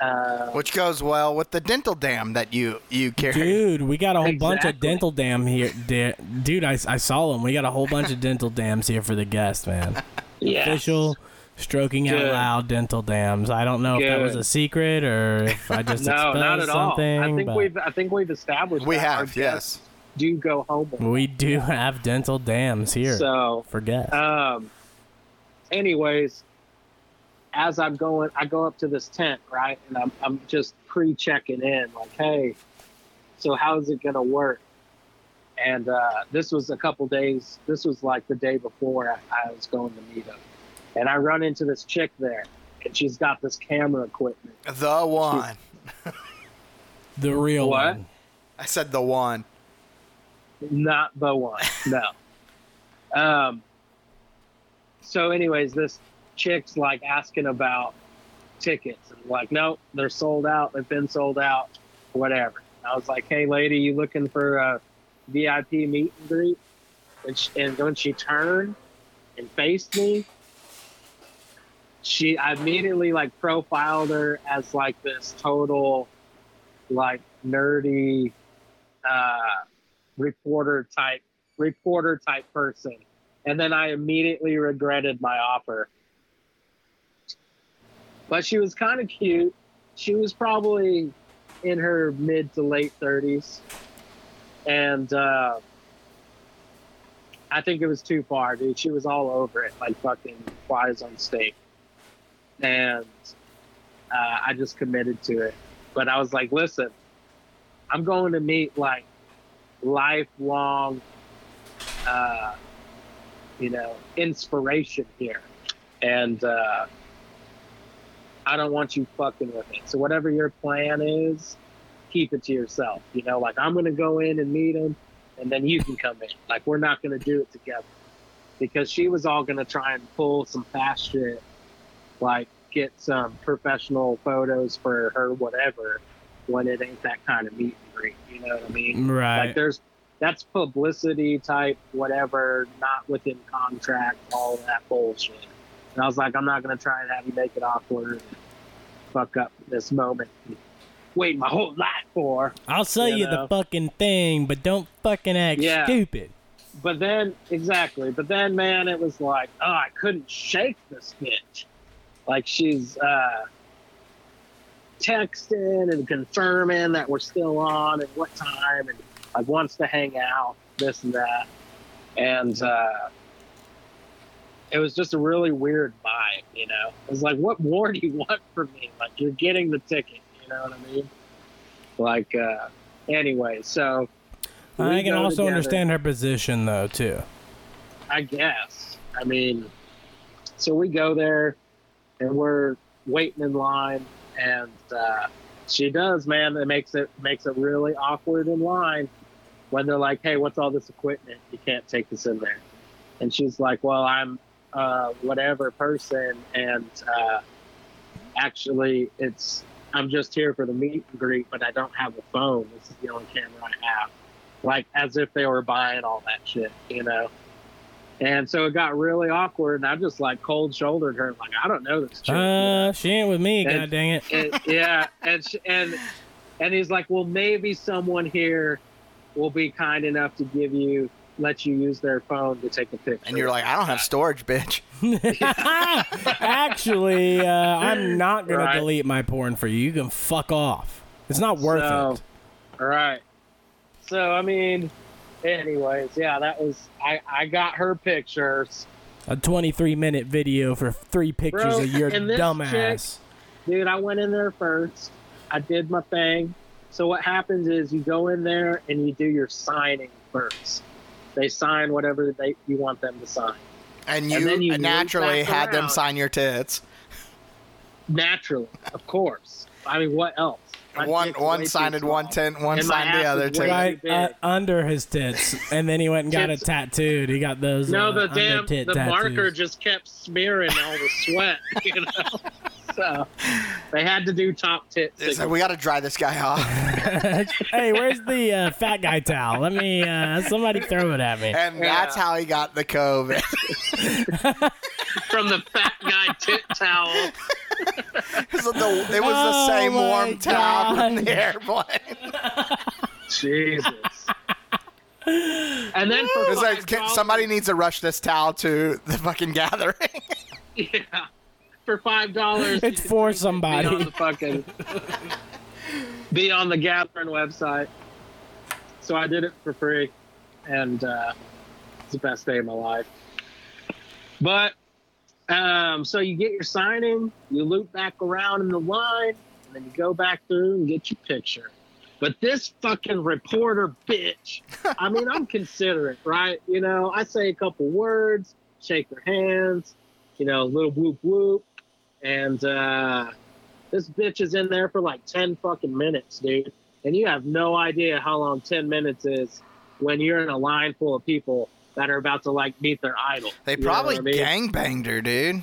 D: Uh,
E: Which goes well with the dental dam that you you carry.
C: Dude, we got a whole bunch of
D: Exactly.
C: dental dam here. Da- dude, I, I saw them. We got a whole bunch of dental dams here for the guest, man.
D: yeah.
C: Official stroking out
D: Good.
C: loud dental dams. I don't know if that was
D: Good.
C: a secret or if I just
D: No,
C: exposed
D: not at all.
C: something.
D: I think
C: but
D: we've I think we've established
E: We
D: that our
E: have, yes.
D: guests Do go home. with
C: we do have dental dams here.
D: So,
C: for guests.
D: um, anyways, as I'm going, I go up to this tent, right? And I'm, I'm just pre checking in, like, hey, so how's it going to work? And uh, this was a couple days, this was like the day before I, I was going to meet him. And I run into this chick there, and she's got this camera equipment.
E: The one.
C: the real
D: what?
C: one.
E: I said the one.
D: not the one. No. um. So, anyways, this chick's like asking about tickets and like, no, they're sold out. They've been sold out. Whatever. And I was like, hey, lady, you looking for a VIP meet and greet? And, she, and when she turned and faced me, she I immediately like profiled her as like this total, like nerdy, uh, reporter type reporter type person and then i immediately regretted my offer but she was kind of cute she was probably in her mid to late 30s and uh, i think it was too far dude she was all over it like fucking flies on steak and uh, i just committed to it but i was like listen i'm going to meet like lifelong, uh, you know, inspiration here. And uh, I don't want you fucking with it. So whatever your plan is, keep it to yourself. You know, like I'm gonna go in and meet him, and then you can come in. Like we're not gonna do it together because she was all gonna try and pull some fast shit, like get some professional photos for her whatever. When it ain't that kind of meet and greet, you know what I mean? Like
C: Right.
D: there's that's publicity type whatever, not within contract, all that bullshit. And I was like, I'm not gonna try and have you make it awkward, and fuck up this moment. and Wait my whole life for.
C: I'll sell you,
D: you
C: the
D: know.
C: fucking thing, but don't fucking act
D: Yeah.
C: stupid.
D: But then exactly. But then man, it was like, oh, I couldn't shake this bitch. Like she's uh texting and confirming that we're still on and what time and like wants to hang out, this and that. And uh it was just a really weird vibe, you know. It was like, what more do you want from me? Like, you're getting the ticket, you know what I mean? Like, uh, anyway, so
C: I
D: we
C: can
D: go
C: also
D: together,
C: understand her position though too.
D: I guess. I mean, so we go there, and we're waiting in line, and uh, she does, man. It makes it makes it really awkward in line when they're like, "Hey, what's all this equipment? You can't take this in there." And she's like, "Well, I'm uh, whatever person, and uh, actually, it's I'm just here for the meet and greet, but I don't have a phone. This is the only camera I have." Like as if they were buying all that shit, you know. And so it got really awkward, and I just like cold shouldered her, like I don't know this chick.
C: Uh, she ain't with me.
D: And-
C: God dang it.
D: And- yeah, and sh- and and he's like, well, maybe someone here will be kind enough to give you, let you use their phone to take a picture.
E: And you're like, I don't have storage, bitch.
C: Actually, uh, I'm not gonna
D: Right.
C: delete my porn for you. You can fuck off. It's not worth
D: So-
C: it.
D: All right. So I mean, anyways, yeah, that was I. I got her pictures,
C: A 23 minute video for three pictures
D: Bro,
C: of your
D: and this
C: dumbass.
D: dude. I went in there first. I did my thing. So what happens is you go in there and you do your signing first. They sign whatever they you want them to sign.
E: And
D: And
E: you,
D: then you move
E: naturally
D: back
E: had them
D: around.
E: sign your tits.
D: Naturally, of course. I mean, what else? My
E: one
D: dick's way
E: one
D: too
E: signed
D: small.
E: one tent, one
D: And my
E: signed
D: ass
E: the other
D: is way-
E: tent.
C: Right
D: big.
C: uh, under his tits, and then he went and got it
D: Tits-
C: tattooed. He got those.
D: No,
C: uh,
D: the
C: under
D: damn
C: tit
D: the marker
C: tattoos.
D: just kept smearing all the sweat. You know, so they had to do top tit.
E: It's like,
D: signals.
E: we got to dry this guy off.
C: hey, where's the uh, fat guy towel? Let me. Uh, somebody throw it at me.
E: And that's how he got the COVID.
D: From the fat guy tit towel.
E: So the- it was
C: Oh
E: the same
C: my
E: warm towel from
C: God.
E: the airplane.
D: Jesus. And then for
E: It's like
D: five
E: can,
D: dollars-
E: somebody needs to rush this towel to the fucking gathering.
D: yeah, for five dollars,
C: It's for
D: be on
C: somebody.
D: the fucking be on the Gathering website. So I did it for free, and uh, it's the best day of my life. But um, so you get your signing, you loop back around in the line, and then you go back through and get your picture. But this fucking reporter bitch, I mean, I'm considerate, right? You know, I say a couple words, shake their hands, you know, a little whoop whoop, and uh, this bitch is in there for like 10 fucking minutes, dude. And you have no idea how long 10 minutes is when you're in a line full of people that are about to like meet their idol.
E: They
D: You know
E: probably
D: what I mean?
E: gang gangbanged her, dude.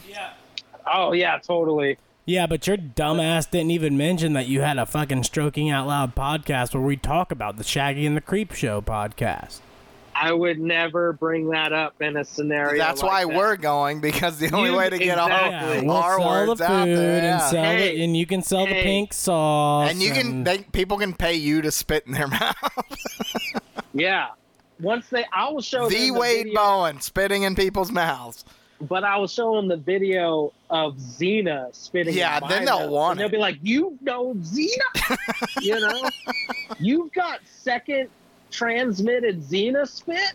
D: Oh, yeah, totally.
C: Yeah, but your dumbass didn't even mention that you had a fucking stroking out loud podcast where we talk about the Shaggy and the Creep Show podcast.
D: I would never bring that up in a scenario.
E: That's
D: like
E: why
D: that.
E: we're going because the only
D: You-
E: way to get
D: exactly.
E: all
C: we'll
E: our
C: sell
E: words
C: the food
E: out there,
C: and
E: yeah.
C: sell
D: Hey,
C: the, and you can sell the
D: hey.
C: pink sauce,
E: and you can they, people can pay you to spit in their mouth.
D: Yeah. Once they, I will show
E: the
D: them Oh,
E: Wade
D: video,
E: Bowen spitting in people's mouths.
D: but I will show them the video of Xena spitting.
E: Yeah,
D: in my
E: then they'll
D: nose.
E: want
D: And they'll
E: it.
D: be like, "You know Xena, you know, you've got second transmitted Xena spit."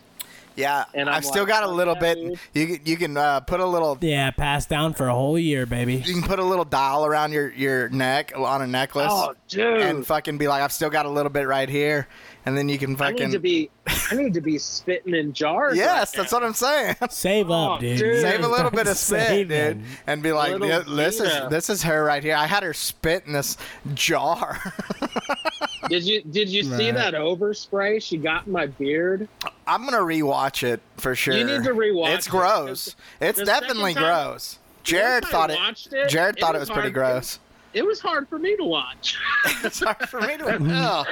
E: Yeah,
D: And I'm
E: I've still
D: like,
E: got a
D: "Fuck
E: little
D: yeah,
E: bit.
D: dude."
E: You can- you can uh, put a little
C: yeah, passed down for a whole year, baby.
E: you can put a little dial around your your neck on a necklace
D: Oh, dude!
E: and fucking be like, I've still got a little bit right here, and then you can
D: I
E: fucking
D: need to be, I need to be spitting in jars.
E: yes,
D: right
E: that's what I'm saying.
C: Save up, dude.
D: Oh, dude.
E: Save a little bit of spit,
C: Saving.
E: dude, and be like,
D: Little
E: "Yeah, this
D: Zeta.
E: is this is her right here. I had her spit in this jar.
D: now. Did you did you see
C: Right.
D: that overspray she got in my beard?
E: I'm gonna rewatch it for sure.
D: need to rewatch
E: It's
D: it,
E: gross. It's
D: the
E: definitely
D: second time-
E: gross. Jared
D: I
E: thought it.
D: watched it,
E: Jared
D: it
E: thought it
D: was
E: was pretty
D: hard-
E: gross.
D: it was hard for me to watch.
E: it's hard for me
D: Mm-hmm.
E: to know.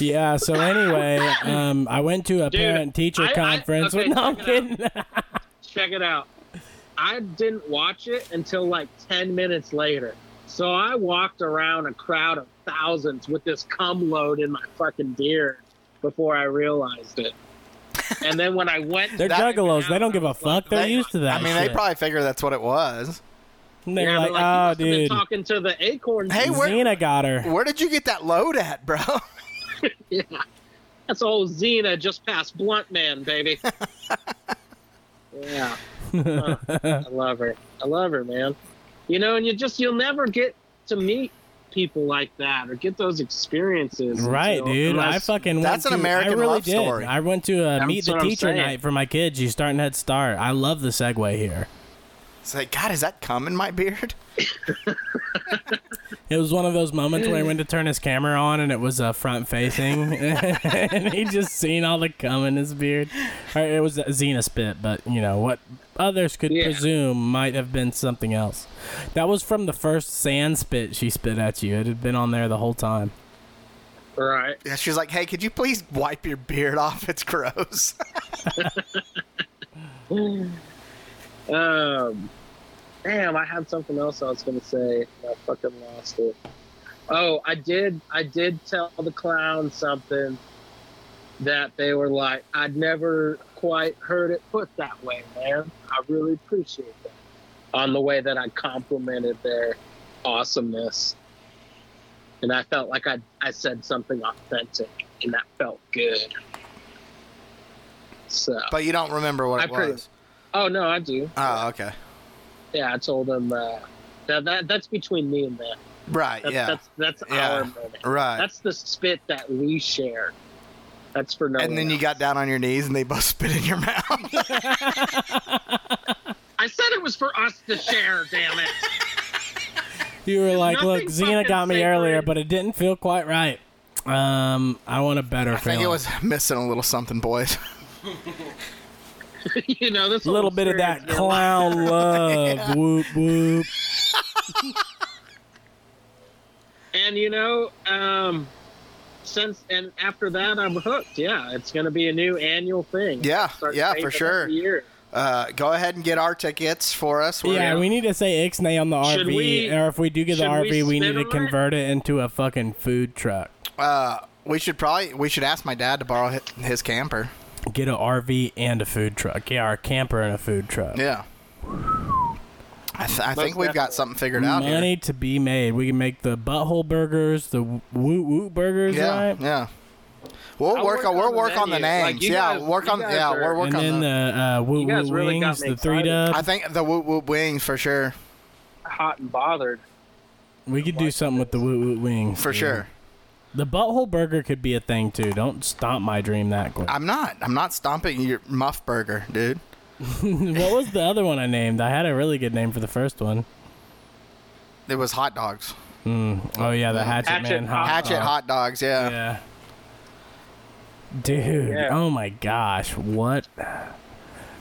C: Yeah. So anyway, um, I went to a
D: Dude,
C: parent teacher
D: I- I-
C: conference.
D: okay,
C: with, no, I'm
D: check it out.
C: kidding.
D: Check it out. I didn't watch it until like 10 minutes later. So I walked around a crowd of thousands with this cum load in my fucking beard before I realized it. And then when I went,
C: They're
E: That-
C: juggalos. They don't give a fuck. They're
E: They-
C: used to that.
E: I mean,
C: shit.
E: they probably figure that's what it was.
C: And They're
D: Yeah,
C: like,
D: they're like,
C: oh,
D: you must have been
C: dude,
D: talking to the acorn.
E: Hey, where-
C: Xena got her.
E: Where did you get that load at, bro?
D: Yeah. That's old Xena just past Blunt Man, baby. yeah. I love her. I love her, man. You know, and you just you'll never get to meet people like that or get those experiences.
C: Right,
D: until-
C: dude. I
D: unless-
C: fucking
E: That's
C: went
E: an
C: to- I
E: American
C: really
E: love
C: did.
E: story.
C: I went to a
D: That's
C: meet the
D: what I'm
C: teacher
D: saying.
C: night for my kids. You starting Head Start. I love the segue here.
E: It's like, God, is that cum in my beard?
C: It was one of those moments where I went to turn his camera on and it was uh, front facing, and he just seen all the cum in his beard. Or it was a Xena spit, but you know what others could
D: Yeah.
C: presume might have been something else. That was from the first sand spit she spit at you. It had been on there the whole time.
D: Right.
E: Yeah, she was like, Hey, could you please wipe your beard off? It's gross.
D: Mm. Um, damn, I had something else I was gonna say. and I fucking lost it. Oh, I did. I did tell the clown something that they were like, I'd never quite heard it put that way, man. I really appreciate that on the way that I complimented their awesomeness, and I felt like I I said something authentic, and that felt good. So,
E: but you don't remember what
D: I
E: it
D: pretty-
E: was.
D: oh no, I do.
E: Oh, okay.
D: Yeah, I told him uh, that, that that's between me and them.
E: Right,
D: That's
E: yeah.
D: that's, that's
E: Yeah.
D: our moment.
E: right.
D: That's the spit that we share. That's for no.
E: and
D: one
E: then you
D: else.
E: got down on your knees and they both spit in your mouth.
D: I said it was for us to share. damn it!
C: You were like,
D: nothing
C: "Look, Xena
D: fucking
C: got me
D: sacred."
C: earlier, but it didn't feel quite right." Um, I want a better
E: I think
C: feeling.
E: it was missing a little something, boys.
D: you know this
C: a little bit of that clown love. Whoop whoop.
D: And you know, um, since and after that, I'm hooked. Yeah, it's going to be a new annual thing.
E: Yeah,
D: Start
E: yeah,
D: saving
E: for sure.
D: every year.
E: Uh, go ahead and get our tickets for us. We're-
C: Yeah, we need to say Ixnay on the
D: Should
C: RV,
D: we-
C: or if we do get the
D: should we
C: RV, we, need
D: spin
C: to
D: on it?
C: convert it into a fucking food truck.
E: uh, we should probably we should ask my dad to borrow hi- his camper.
C: Get a RV and a food truck. Yeah, or a camper and a food truck.
E: Yeah. I, th- I think we've got
D: definitely.
E: something figured out here.
C: Money to be made. We can make the butthole burgers, the woot woot burgers,
E: Yeah,
C: right?
E: yeah. We'll
D: I'll
E: work
D: work
E: on we'll
D: on the
E: work on the
D: menu. Like,
E: names.
D: you
E: yeah,
D: guys-
E: work
D: you
E: on
D: guys
E: yeah,
D: are-
E: we'll work
C: And
E: on
C: then
E: the,
C: the uh, woot
D: guys
C: woot
D: really got
C: wings,
D: me
C: the three
D: excited.
E: I
C: dub.
E: think the whoop whoop wings for sure,
D: Hot and bothered.
C: We could do something with the woot woot wings
E: for
C: dude.
E: sure.
C: The butthole burger could be a thing too. Don't stop my dream that quick.
E: I'm not I'm not stomping your muff burger, dude.
C: what was the other one I named? I had a really good name for the first one.
E: It was hot dogs,
C: Oh yeah, the Hatchet,
D: Uh, Hatchet
C: Man. Hot
E: hatchet
C: Dog.
E: hot dogs. Yeah.
C: Yeah. Dude,
D: Yeah.
C: oh my gosh, what?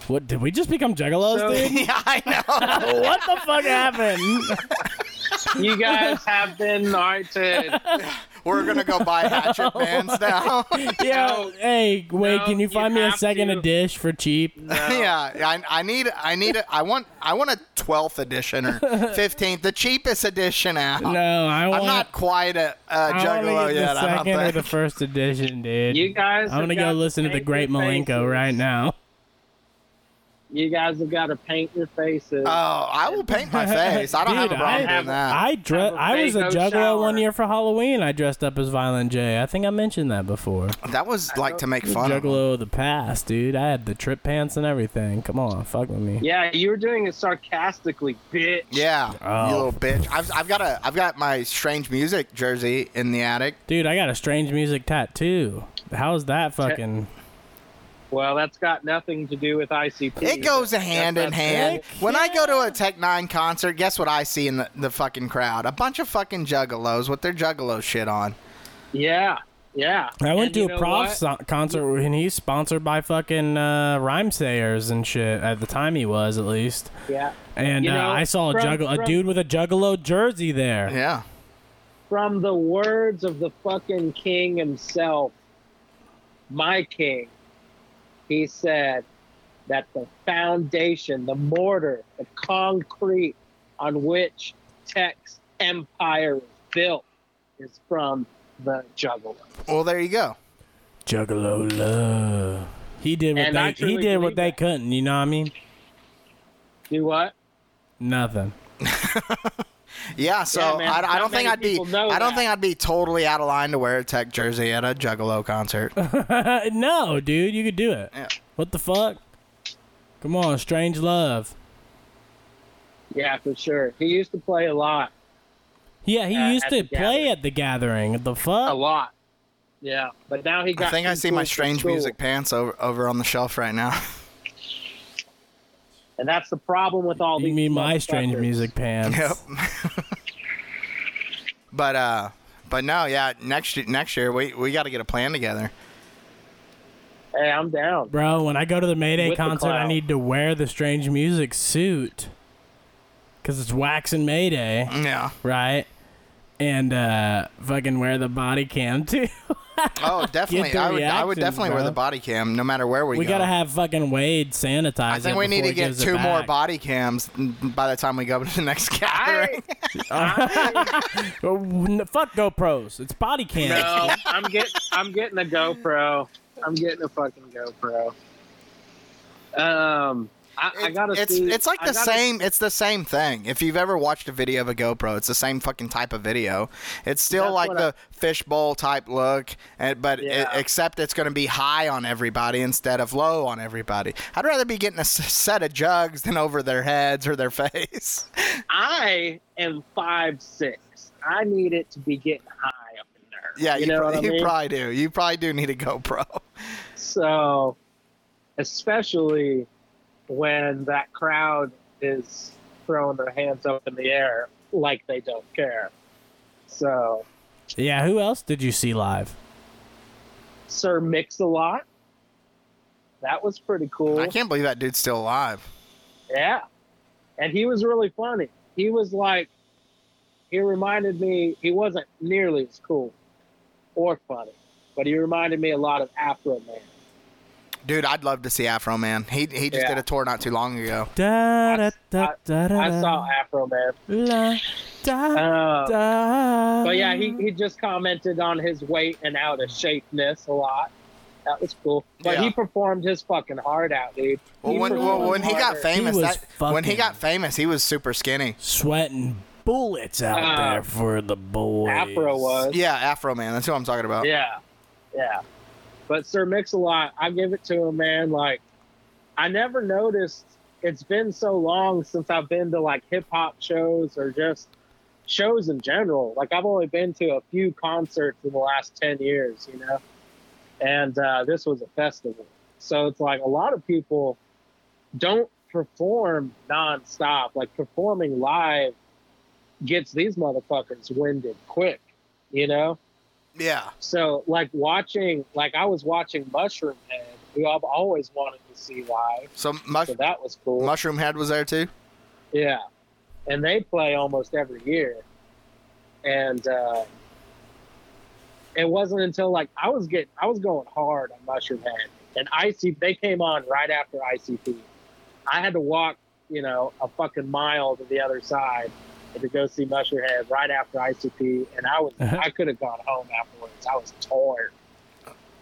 C: What did we just become juggalos,
D: So-
C: dude?
E: Yeah, I know.
C: What the fuck happened?
D: You guys have been knighted.
E: We're gonna go buy hatchet bands now.
C: Yo, hey, wait,
D: no,
C: can you
D: you
C: find me a
D: have
C: second
D: to.
C: a dish for cheap?
E: yeah, I, I need I need a, I want I want a 12th edition or 15th, the cheapest edition out.
C: No, I want.
E: I'm not quite a, a
C: I wanna
E: juggalo
C: get
E: yet.
C: the
E: I don't
C: second or
E: think.
C: the first edition, dude.
D: You guys.
C: I'm
D: have
C: gonna
D: got
C: go listen to the
D: paint
C: Great
D: your faces.
C: Malenko right now.
D: You guys have got to paint your faces.
E: Oh, I will paint my face. I don't have a
C: Dude,
E: problem
C: I-
E: doing that.
C: I dre-
D: Have a
C: I was a
D: Fago
C: juggalo
D: shower.
C: one year for Halloween. I dressed up as Violent J. I think I mentioned that before.
E: that was like to make fun of. him.
C: Juggalo of the past, dude. I had the trip pants and everything. Come on, fuck with me.
D: Yeah, you were doing it sarcastically, bitch.
E: Yeah, you
C: Oh.
E: little bitch. I've, I've got a I've got my strange music jersey in the attic.
C: Dude, I got a strange music tattoo. How's that fucking?
D: Well, that's got nothing to do with ICP.
E: It goes hand in
D: That's-
E: hand.
C: Heck
E: When I go to a Tech Nine concert, guess what I see in the, the fucking crowd? A bunch of fucking juggalos with their juggalo shit on.
D: Yeah, yeah.
C: I went
D: And
C: to
D: you
C: a
D: know
C: prof
D: what?
C: so- concert and he's sponsored by fucking uh, rhyme sayers and shit. At the time, he was at least.
D: Yeah.
C: And
D: You know,
C: uh, I saw a
D: from-
C: juggalo, a
D: from-
C: dude with a juggalo jersey there.
E: Yeah.
D: From the words of the fucking king himself, my king, he said that the foundation, the mortar, the concrete on which Tech's empire is built is from the juggalo.
E: Well, there you go.
C: Juggalo love. He did what
D: And I
C: they he
D: truly
C: did what
D: believe
C: they
D: that.
C: couldn't. You know what I mean?
D: Do what?
C: Nothing.
E: Yeah. So
D: man,
E: I, I
D: not
E: don't
D: many
E: think I'd be
D: people know
E: I don't
D: that.
E: think I'd be totally out of line to wear a Tech jersey at a juggalo concert.
C: no, dude, you could do it.
E: Yeah.
C: What the fuck? Come on, Strange Love.
D: Yeah, for sure. He used to play a lot.
C: Yeah, he
D: Uh,
C: used
D: at
C: to
D: the
C: play
D: gathering.
C: at the gathering. The
D: A
C: fuck?
D: lot. Yeah, but now he got.
E: Oh. I think I
D: too
E: see my
D: cool for
E: strange
D: school.
E: music pants over, over on the shelf right now.
D: and that's the problem with all these.
C: You mean my strange
D: motherfuckers.
C: music pants?
E: yep. but uh, but no, yeah. Next year, next year we we got to get a plan together.
D: Hey, I'm down.
C: Bro, when I go to the Mayday
D: With the
C: concert, I
D: clown.
C: need to wear the strange music suit. Because it's waxing Mayday,
E: Yeah.
C: right? And uh, fucking wear the body cam too.
E: Oh, definitely.
C: the
E: I would I
C: reactions,
E: would definitely wear
C: bro.
E: the body cam no matter where we,
C: we
E: go.
C: gotta have fucking Wade sanitize.
E: I think
C: it
E: we
C: before
E: need to
C: he
E: get
C: gives it
E: two more
C: back.
E: body cams by the time we go to the next gathering.
C: Oh, n- fuck GoPros. It's body cams.
D: No, I'm getting. I'm getting a GoPro. I'm getting a fucking GoPro. Um, I, I
E: It-
D: gotta
E: it's
D: see.
E: it's like
D: I
E: the
D: gotta-
E: same it's the same thing. If you've ever watched a video of a GoPro, it's the same fucking type of video. It's still
D: That's
E: like
D: what
E: the fishbowl type look, and, but it,
D: Yeah.
E: except it's going to be high on everybody instead of low on everybody. I'd rather be getting a s- set of jugs than over their heads or their face.
D: I am five six. I need it to be getting high up in there.
E: yeah,
D: you,
E: you,
D: know
E: pro-
D: what I
E: you
D: mean.
E: probably do. You probably do need a GoPro.
D: So, especially when that crowd is throwing their hands up in the air like they don't care. So,
C: Yeah, who else did you see live?
D: Sir Mix a Lot, that was pretty cool.
E: I can't believe that dude's still alive.
D: Yeah. And he was really funny. He was like, he reminded me, he wasn't nearly as cool or funny, but he reminded me a lot of Afro Man.
E: Dude, I'd love to see Afro Man. He he just
D: Yeah.
E: did a tour not too long ago.
C: Da, da,
D: I-
C: da, da, da,
D: I
C: da,
D: saw Afro Man.
C: la, da,
D: Um,
C: da.
D: But yeah,
C: Uh-huh.
D: he, he just commented on his weight and out of shapeness a lot. That was cool. But
E: Yeah.
D: he performed his fucking heart out, dude.
E: Well,
D: He
E: when, well,
D: performed
E: when he got
D: harder.
E: famous,
C: was
E: that, when he
C: fucking-
E: got famous, he was super skinny.
C: sweating bullets out
D: Uh,
C: there for the boys.
D: Afro was.
E: Yeah, Afro Man. That's who I'm talking about.
D: Yeah, yeah. But Sir Mix a Lot, I give it to him, man. Like, I never noticed. It's been so long since I've been to like hip hop shows or just shows in general. Like, I've only been to a few concerts in the last ten years, you know. And uh, this was a festival, so it's like a lot of people don't perform nonstop. Like performing live gets these motherfuckers winded quick, you know.
E: Yeah.
D: So like watching, like I was watching Mushroom Head, who I've always wanted to see live.
E: So mush,
D: So that was cool.
E: Mushroom Head was there too.
D: yeah, and they play almost every year, and uh, it wasn't until like I was getting, I was going hard on Mushroom Head, and IC they came on right after ICP. I had to walk, you know, a fucking mile to the other side to go see Mushroom Head right after ICP, and I was, I could have gone home afterwards. I was torn.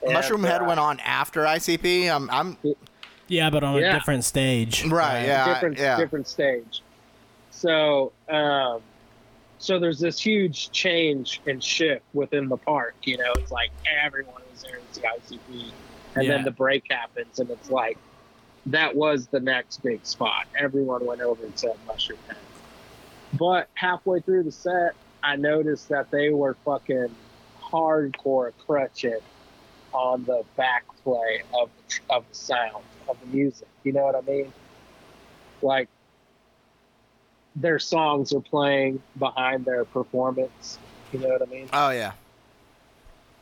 D: And,
E: Mushroom Head
D: uh,
E: went on after ICP. I'm, I'm
C: Yeah, but on a
D: Yeah.
C: different stage.
E: right. Yeah.
D: different
E: yeah.
D: different stage. So um, so there's this huge change and shift within the park. You know, it's like everyone is there to see ICP, and
C: Yeah.
D: then the break happens, and it's like that was the next big spot. Everyone went over to Mushroom Head, but halfway through the set, I noticed that they were fucking hardcore crutching on the back play of of the sound of the music. You know what I mean? Like their songs are playing behind their performance. You know what I mean?
E: Oh yeah.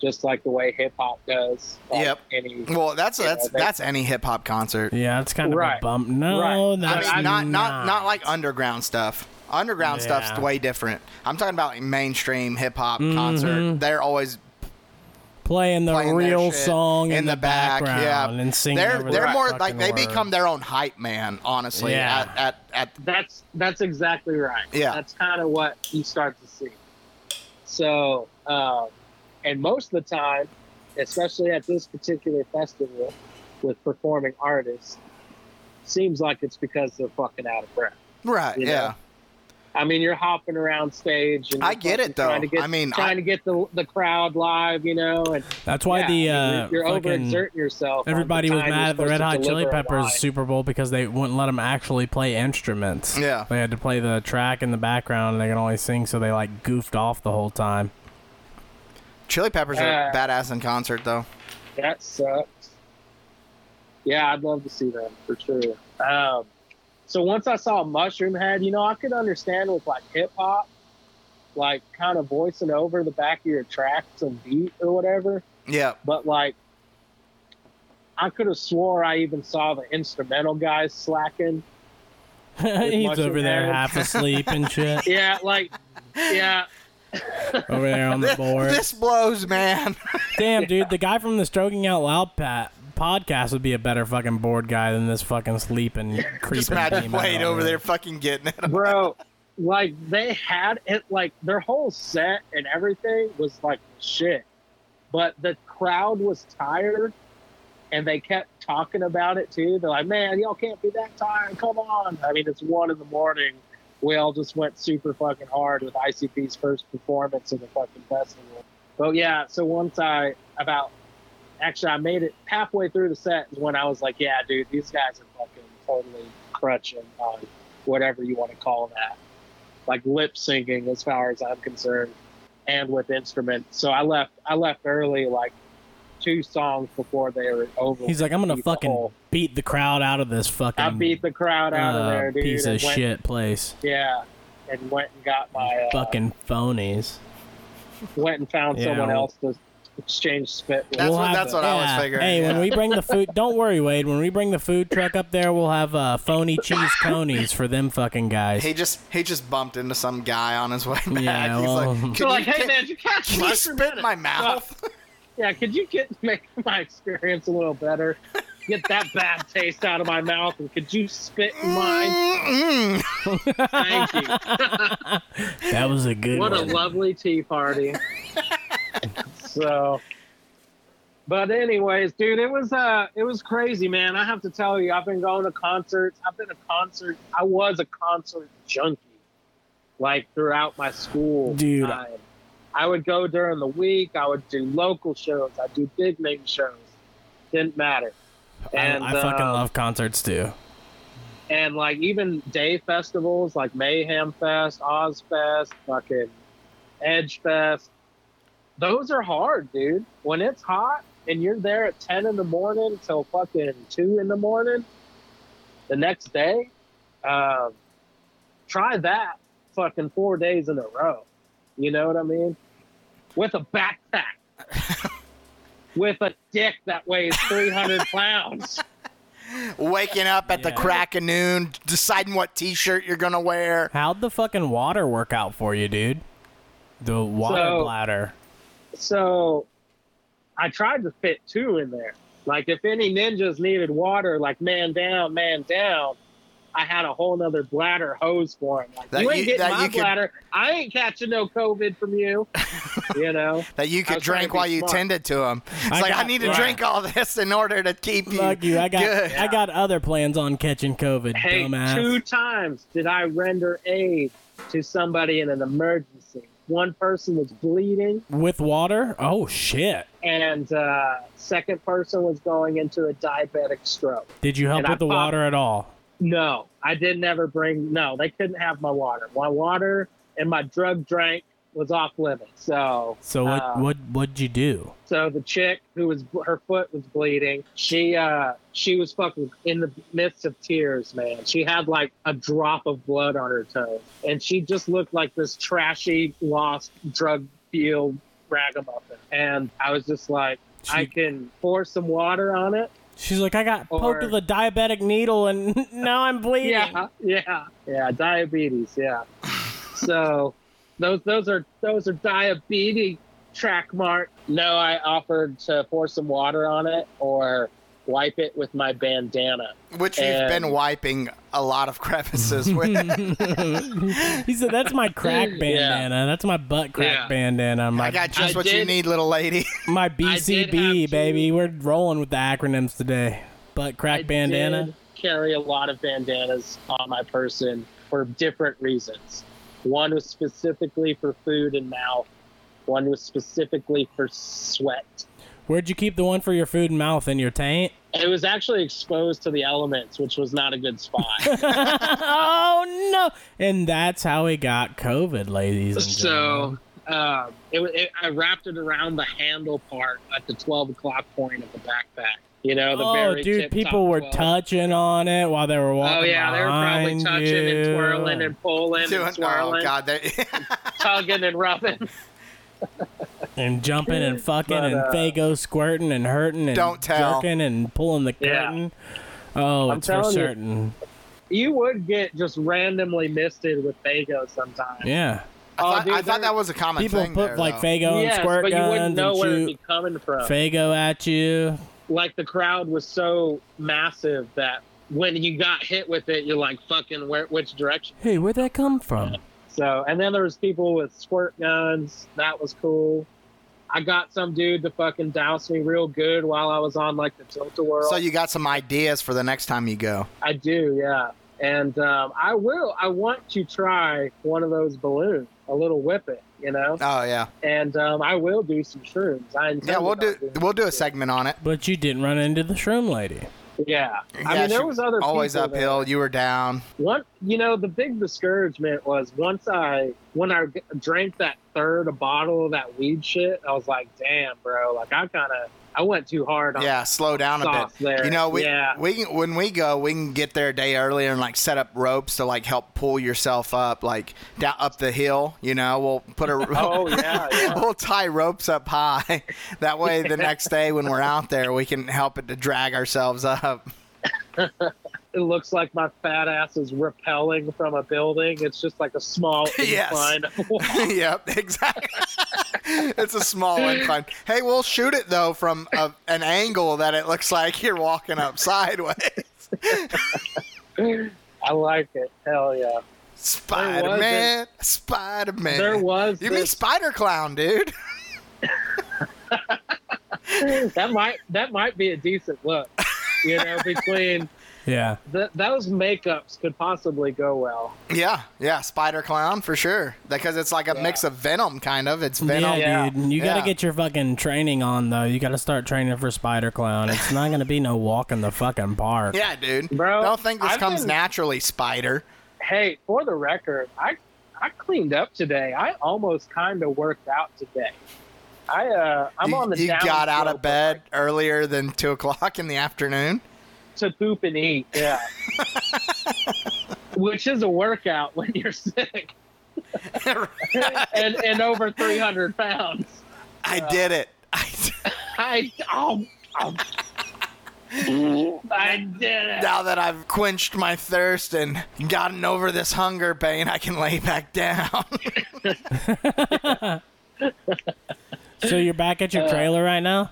D: Just like the way hip hop does. Like
E: Yep.
D: Any
E: Well, that's
D: Yeah,
E: that's
D: they-
E: that's any hip hop concert.
C: Yeah, that's kind of a
D: Right.
C: bump. No,
D: Right.
E: I
C: that's
E: mean, not not not like underground stuff. Underground stuff's
C: Yeah.
E: way different. I'm talking about mainstream hip hop
C: Mhm.
E: concert. They're always
C: playing the
E: playing their
C: real
E: shit
C: song
E: in the back, yeah.
C: background and singing.
E: they're
C: over
E: they're
C: the
E: more
C: fucking
E: like they become
C: words.
E: their own hype man. Honestly,
C: Yeah.
E: at, at at
D: that's that's exactly right.
E: Yeah.
D: that's kind of what you start to see. So, um, and most of the time, especially at this particular festival with performing artists, seems like it's because they're fucking out of breath.
E: right.
D: You
E: yeah.
D: know? I mean, you're hopping around stage. And
E: I get it, though.
D: Trying to get,
E: I mean,
D: trying
E: I-
D: to get the the crowd live, you know. And
C: That's why
D: yeah, I mean,
C: the uh,
D: you're
C: fucking-
D: overexerting yourself. on the
C: Everybody was
D: time you're
C: mad at the
D: supposed
C: Red
D: to
C: Hot Chili
D: deliver a
C: Peppers
D: line.
C: Super Bowl because they wouldn't let them actually play instruments.
E: Yeah.
C: They had to play the track in the background and they could only sing, so they like goofed off the whole time.
E: Chili Peppers are
D: Uh,
E: badass in concert, though.
D: That sucks. Yeah, I'd love to see them for sure. Um, so once I saw Mushroom Head, you know, I could understand with like hip hop, like kind of voicing over the back of your track, some beat or whatever.
E: Yeah.
D: But like, I could have swore I even saw the instrumental guys slacking.
C: He's
D: mushroom
C: over there
D: head.
C: half asleep and shit.
D: Yeah, like, yeah,
C: over there on the board.
E: This blows, man.
C: Damn, dude, the guy from the Stroking Out Loud pat podcast would be a better fucking board guy than this fucking sleeping creeping.
E: Just imagine
C: demon
E: Wade
C: over
E: over there fucking getting it.
D: bro. Like they had it, like their whole set and everything was like shit, but the crowd was tired, and they kept talking about it too. They're like, "Man, y'all can't be that tired. Come on!" I mean, it's one in the morning. We all just went super fucking hard with ICP's first performance of the fucking festival. But yeah, so once I about actually I made it halfway through the set is when I was like, "Yeah, dude, these guys are fucking totally crutching on whatever you want to call that, like lip syncing as far as I'm concerned, and with instruments. So I left. I left early, like two songs before they were over.
C: He's like, I'm gonna
D: Beat the
C: fucking
D: hole.
C: beat the crowd out of this fucking
D: Oh. I beat the crowd out
C: uh,
D: of there, dude.
C: piece
D: and
C: of
D: went-
C: shit place.
D: Yeah, and went and got my uh,
C: Fucking phonies.
D: went and found
C: Yeah,
D: someone
C: well-
D: else to exchange spit with.
E: That's
C: We'll
E: what-
C: have-
E: that's what I was figuring,
C: Hey, when
E: yeah.
C: we bring the food, don't worry, Wade. When we bring the food truck up there, we'll have uh, phony cheese conies for them fucking guys.
E: He just he just bumped into some guy on his way back.
C: Yeah,
E: He's
C: well-
E: like,
D: so
E: "Can
D: like,
E: you,
D: hey
E: can,
D: man, did you catch
E: can you
D: mushroom
E: spit in
D: head?"
E: my mouth?"
D: Yeah, could you get make my experience a little better? Get that bad taste out of my mouth, and could you spit in mine?
E: Mm-mm.
D: Thank you.
C: That was a good
D: What a
C: one.
D: lovely tea party. so, but anyways, dude, it was uh, it was crazy, man. I have to tell you, I've been going to concerts. I've been a concert. I was a concert junkie, like throughout my school
C: Dude.
D: time. I would go during the week. I would do local shows. I would do big name shows. Didn't matter. And
C: I, I fucking
D: um,
C: love concerts too.
D: and like even day festivals like Mayhem Fest, Oz Fest, fucking Edge Fest. Those are hard, dude. When it's hot and you're there at ten in the morning till fucking two in the morning, the next day, um, try that fucking four days in a row. You know what I mean? With a backpack, with a dick that weighs three hundred pounds.
E: Waking up at the
C: Yeah.
E: crack of noon, deciding what T-shirt you're gonna wear.
C: How'd the fucking water work out for you, dude? The water
D: So-
C: bladder.
D: so I tried to fit two in there. Like if any ninjas needed water, like man down, man down, I had a whole nother bladder hose for him. Like
E: That
D: you ain't
E: you-
D: getting
E: that
D: my
E: you could-
D: bladder. I ain't catching no COVID from you. you know.
E: That you
D: I
E: could
D: was trying to
E: drink
D: be
E: while you
D: smart.
E: tended to him. It's
C: I
E: like I
C: got-
E: need to
C: yeah.
E: drink all this in order to keep you.
C: Fuck you. I got
E: good.
C: I got other plans on catching COVID,
D: Hey,
C: dumbass.
D: two times did I render aid to somebody in an emergency. One person was bleeding,
C: With water? Oh shit.
D: and uh, second person was going into a diabetic stroke.
C: Did you help
D: And I
C: with the
D: popped-
C: water at all?
D: No, I didn't ever bring. No, they couldn't have my water. My water and my drug drink was off limits. So,
C: So what
D: uh,
C: what what'd you do?
D: so the chick who was her foot was bleeding. She uh she was fucking in the midst of tears, man. She had like a drop of blood on her toe, and she just looked like this trashy, lost drug deal ragamuffin. And I was just like, I
C: She-
D: can pour some water on it.
C: She's like, I got poked
D: Or-
C: with a diabetic needle and now I'm bleeding.
D: Yeah, yeah, yeah. Diabetes. Yeah. so those those are those are diabetes track mark. No, I offered to pour some water on it or wipe it with my bandana.
E: Which you've been
D: And-
E: wiping a lot of crevices with.
C: He said, "That's my crack
D: Yeah.
C: bandana. That's my butt crack
D: Yeah.
C: bandana. My
E: I got just
D: I
E: what you
D: did-
E: need, little lady.
C: my
D: I did
C: BCB,
D: have
C: baby. We're rolling with the acronyms today. Butt crack
D: I
C: bandana.
D: did carry a lot of bandanas on my person for different reasons. One was specifically for food and mouth. One was specifically for sweat.
C: Where'd you keep the one for your food and mouth in your taint?
D: It was actually exposed to the elements, which was not a good spot.
C: oh no! And that's how he got COVID, ladies and
D: so
C: gentlemen.
D: um, it, wa- it, I wrapped it around the handle part at the 12 o'clock point of the backpack. You know, the
C: Oh,
D: very
C: dude,
D: tip
C: people
D: top
C: were
D: 12.
C: touching on it while they were walking.
D: Oh yeah, they were probably
C: behind
D: touching
C: you.
D: and twirling and pulling
E: Doing-
D: and
E: oh,
D: swirling,
E: God. They,
D: tugging and rubbing.
C: and jumping and fucking
D: But,
C: and
D: uh,
C: Fago squirting and hurting and
E: Don't tell.
C: jerking and pulling the
D: Yeah.
C: curtain. Oh,
D: I'm
C: it's for
D: telling you.
C: certain.
D: You would get just randomly misted with Fago sometimes.
C: Yeah,
E: I,
D: Oh,
E: thought,
D: dude,
E: I thought
D: they're-
E: that was a common
C: people
E: thing.
C: put
E: there,
C: like
E: though.
C: Fago and
D: Yes,
C: squirt
D: but you
C: guns
D: wouldn't know
C: and
D: where it'd
C: shoot
D: be coming from.
C: Fago at you.
D: Like the crowd was so massive that when you got hit with it, you're like, "Fucking, where? Which direction?"
C: Hey, where'd that come from?
D: So, and then there was people with squirt guns. That was cool. I got some dude to fucking douse me real good while I was on like the tilt a whirl.
E: So you got some ideas for the next time you go.
D: I do, yeah. And um, I will. I want to try one of those balloons, a little whippet, you know.
E: Oh yeah,
D: And um, I will do some shrooms. I intend
E: yeah. We'll
D: on
E: do
D: doing
E: we'll do a
D: it.
E: segment on it.
C: But you didn't run into the shroom lady.
D: Yeah, I
E: Yeah,
D: mean there
E: she-
D: was other
E: Always
D: people there.
E: uphill. You were down.
D: One, you know, the big discouragement was once I when I g- drank that third bottle of that weed shit, I was like, damn, bro, like I kind of I went too hard on
E: Yeah, slow down a
D: Soft
E: bit.
D: there,
E: You know, we
D: yeah.
E: we can, when we go, we can get there a day earlier and like set up ropes to like help pull yourself up, like down up the hill. You know, we'll put a
D: Oh, yeah, yeah.
E: we'll tie ropes up high. That way, the next day when we're out there, we can help it to drag ourselves up.
D: it looks like my fat ass is repelling from a building. It's just like a small
E: Yes.
D: incline.
E: yep, exactly. it's a small incline. Hey, we'll shoot it though from a, an angle that it looks like you're walking up sideways.
D: I like it. Hell yeah.
E: Spider Man, Spider Man.
D: There was
E: You mean
D: this,
E: Spider Clown, dude?
D: that might that might be a decent look. You know, between
C: Yeah.
D: th- those makeups could possibly go well.
E: Yeah, yeah, Spider Clown for sure. Because it's like a
D: Yeah.
E: mix of Venom, kind of. It's Venom.
C: Yeah,
D: Yeah.
C: dude. You gotta
E: Yeah.
C: get your fucking training on though. You gotta start training for Spider Clown. It's not gonna be no walk in the fucking park.
E: Yeah, dude.
D: Bro,
E: Don't think this
D: I've
E: comes
D: been-
E: naturally, Spider.
D: Hey, for the record, I I cleaned up today. I almost kind of worked out today. I uh, I'm
E: you
D: on the
E: you
D: down
E: got out
D: slope
E: of bed earlier than two o'clock in the afternoon.
D: to poop and eat. Yeah. Which is a workout when you're sick and, and over 300 pounds.
E: I did it. I,
D: I oh, oh. I did it.
E: now that I've quenched my thirst and gotten over this hunger pain, I can lay back down.
C: So you're back at your
D: Uh,
C: trailer right now?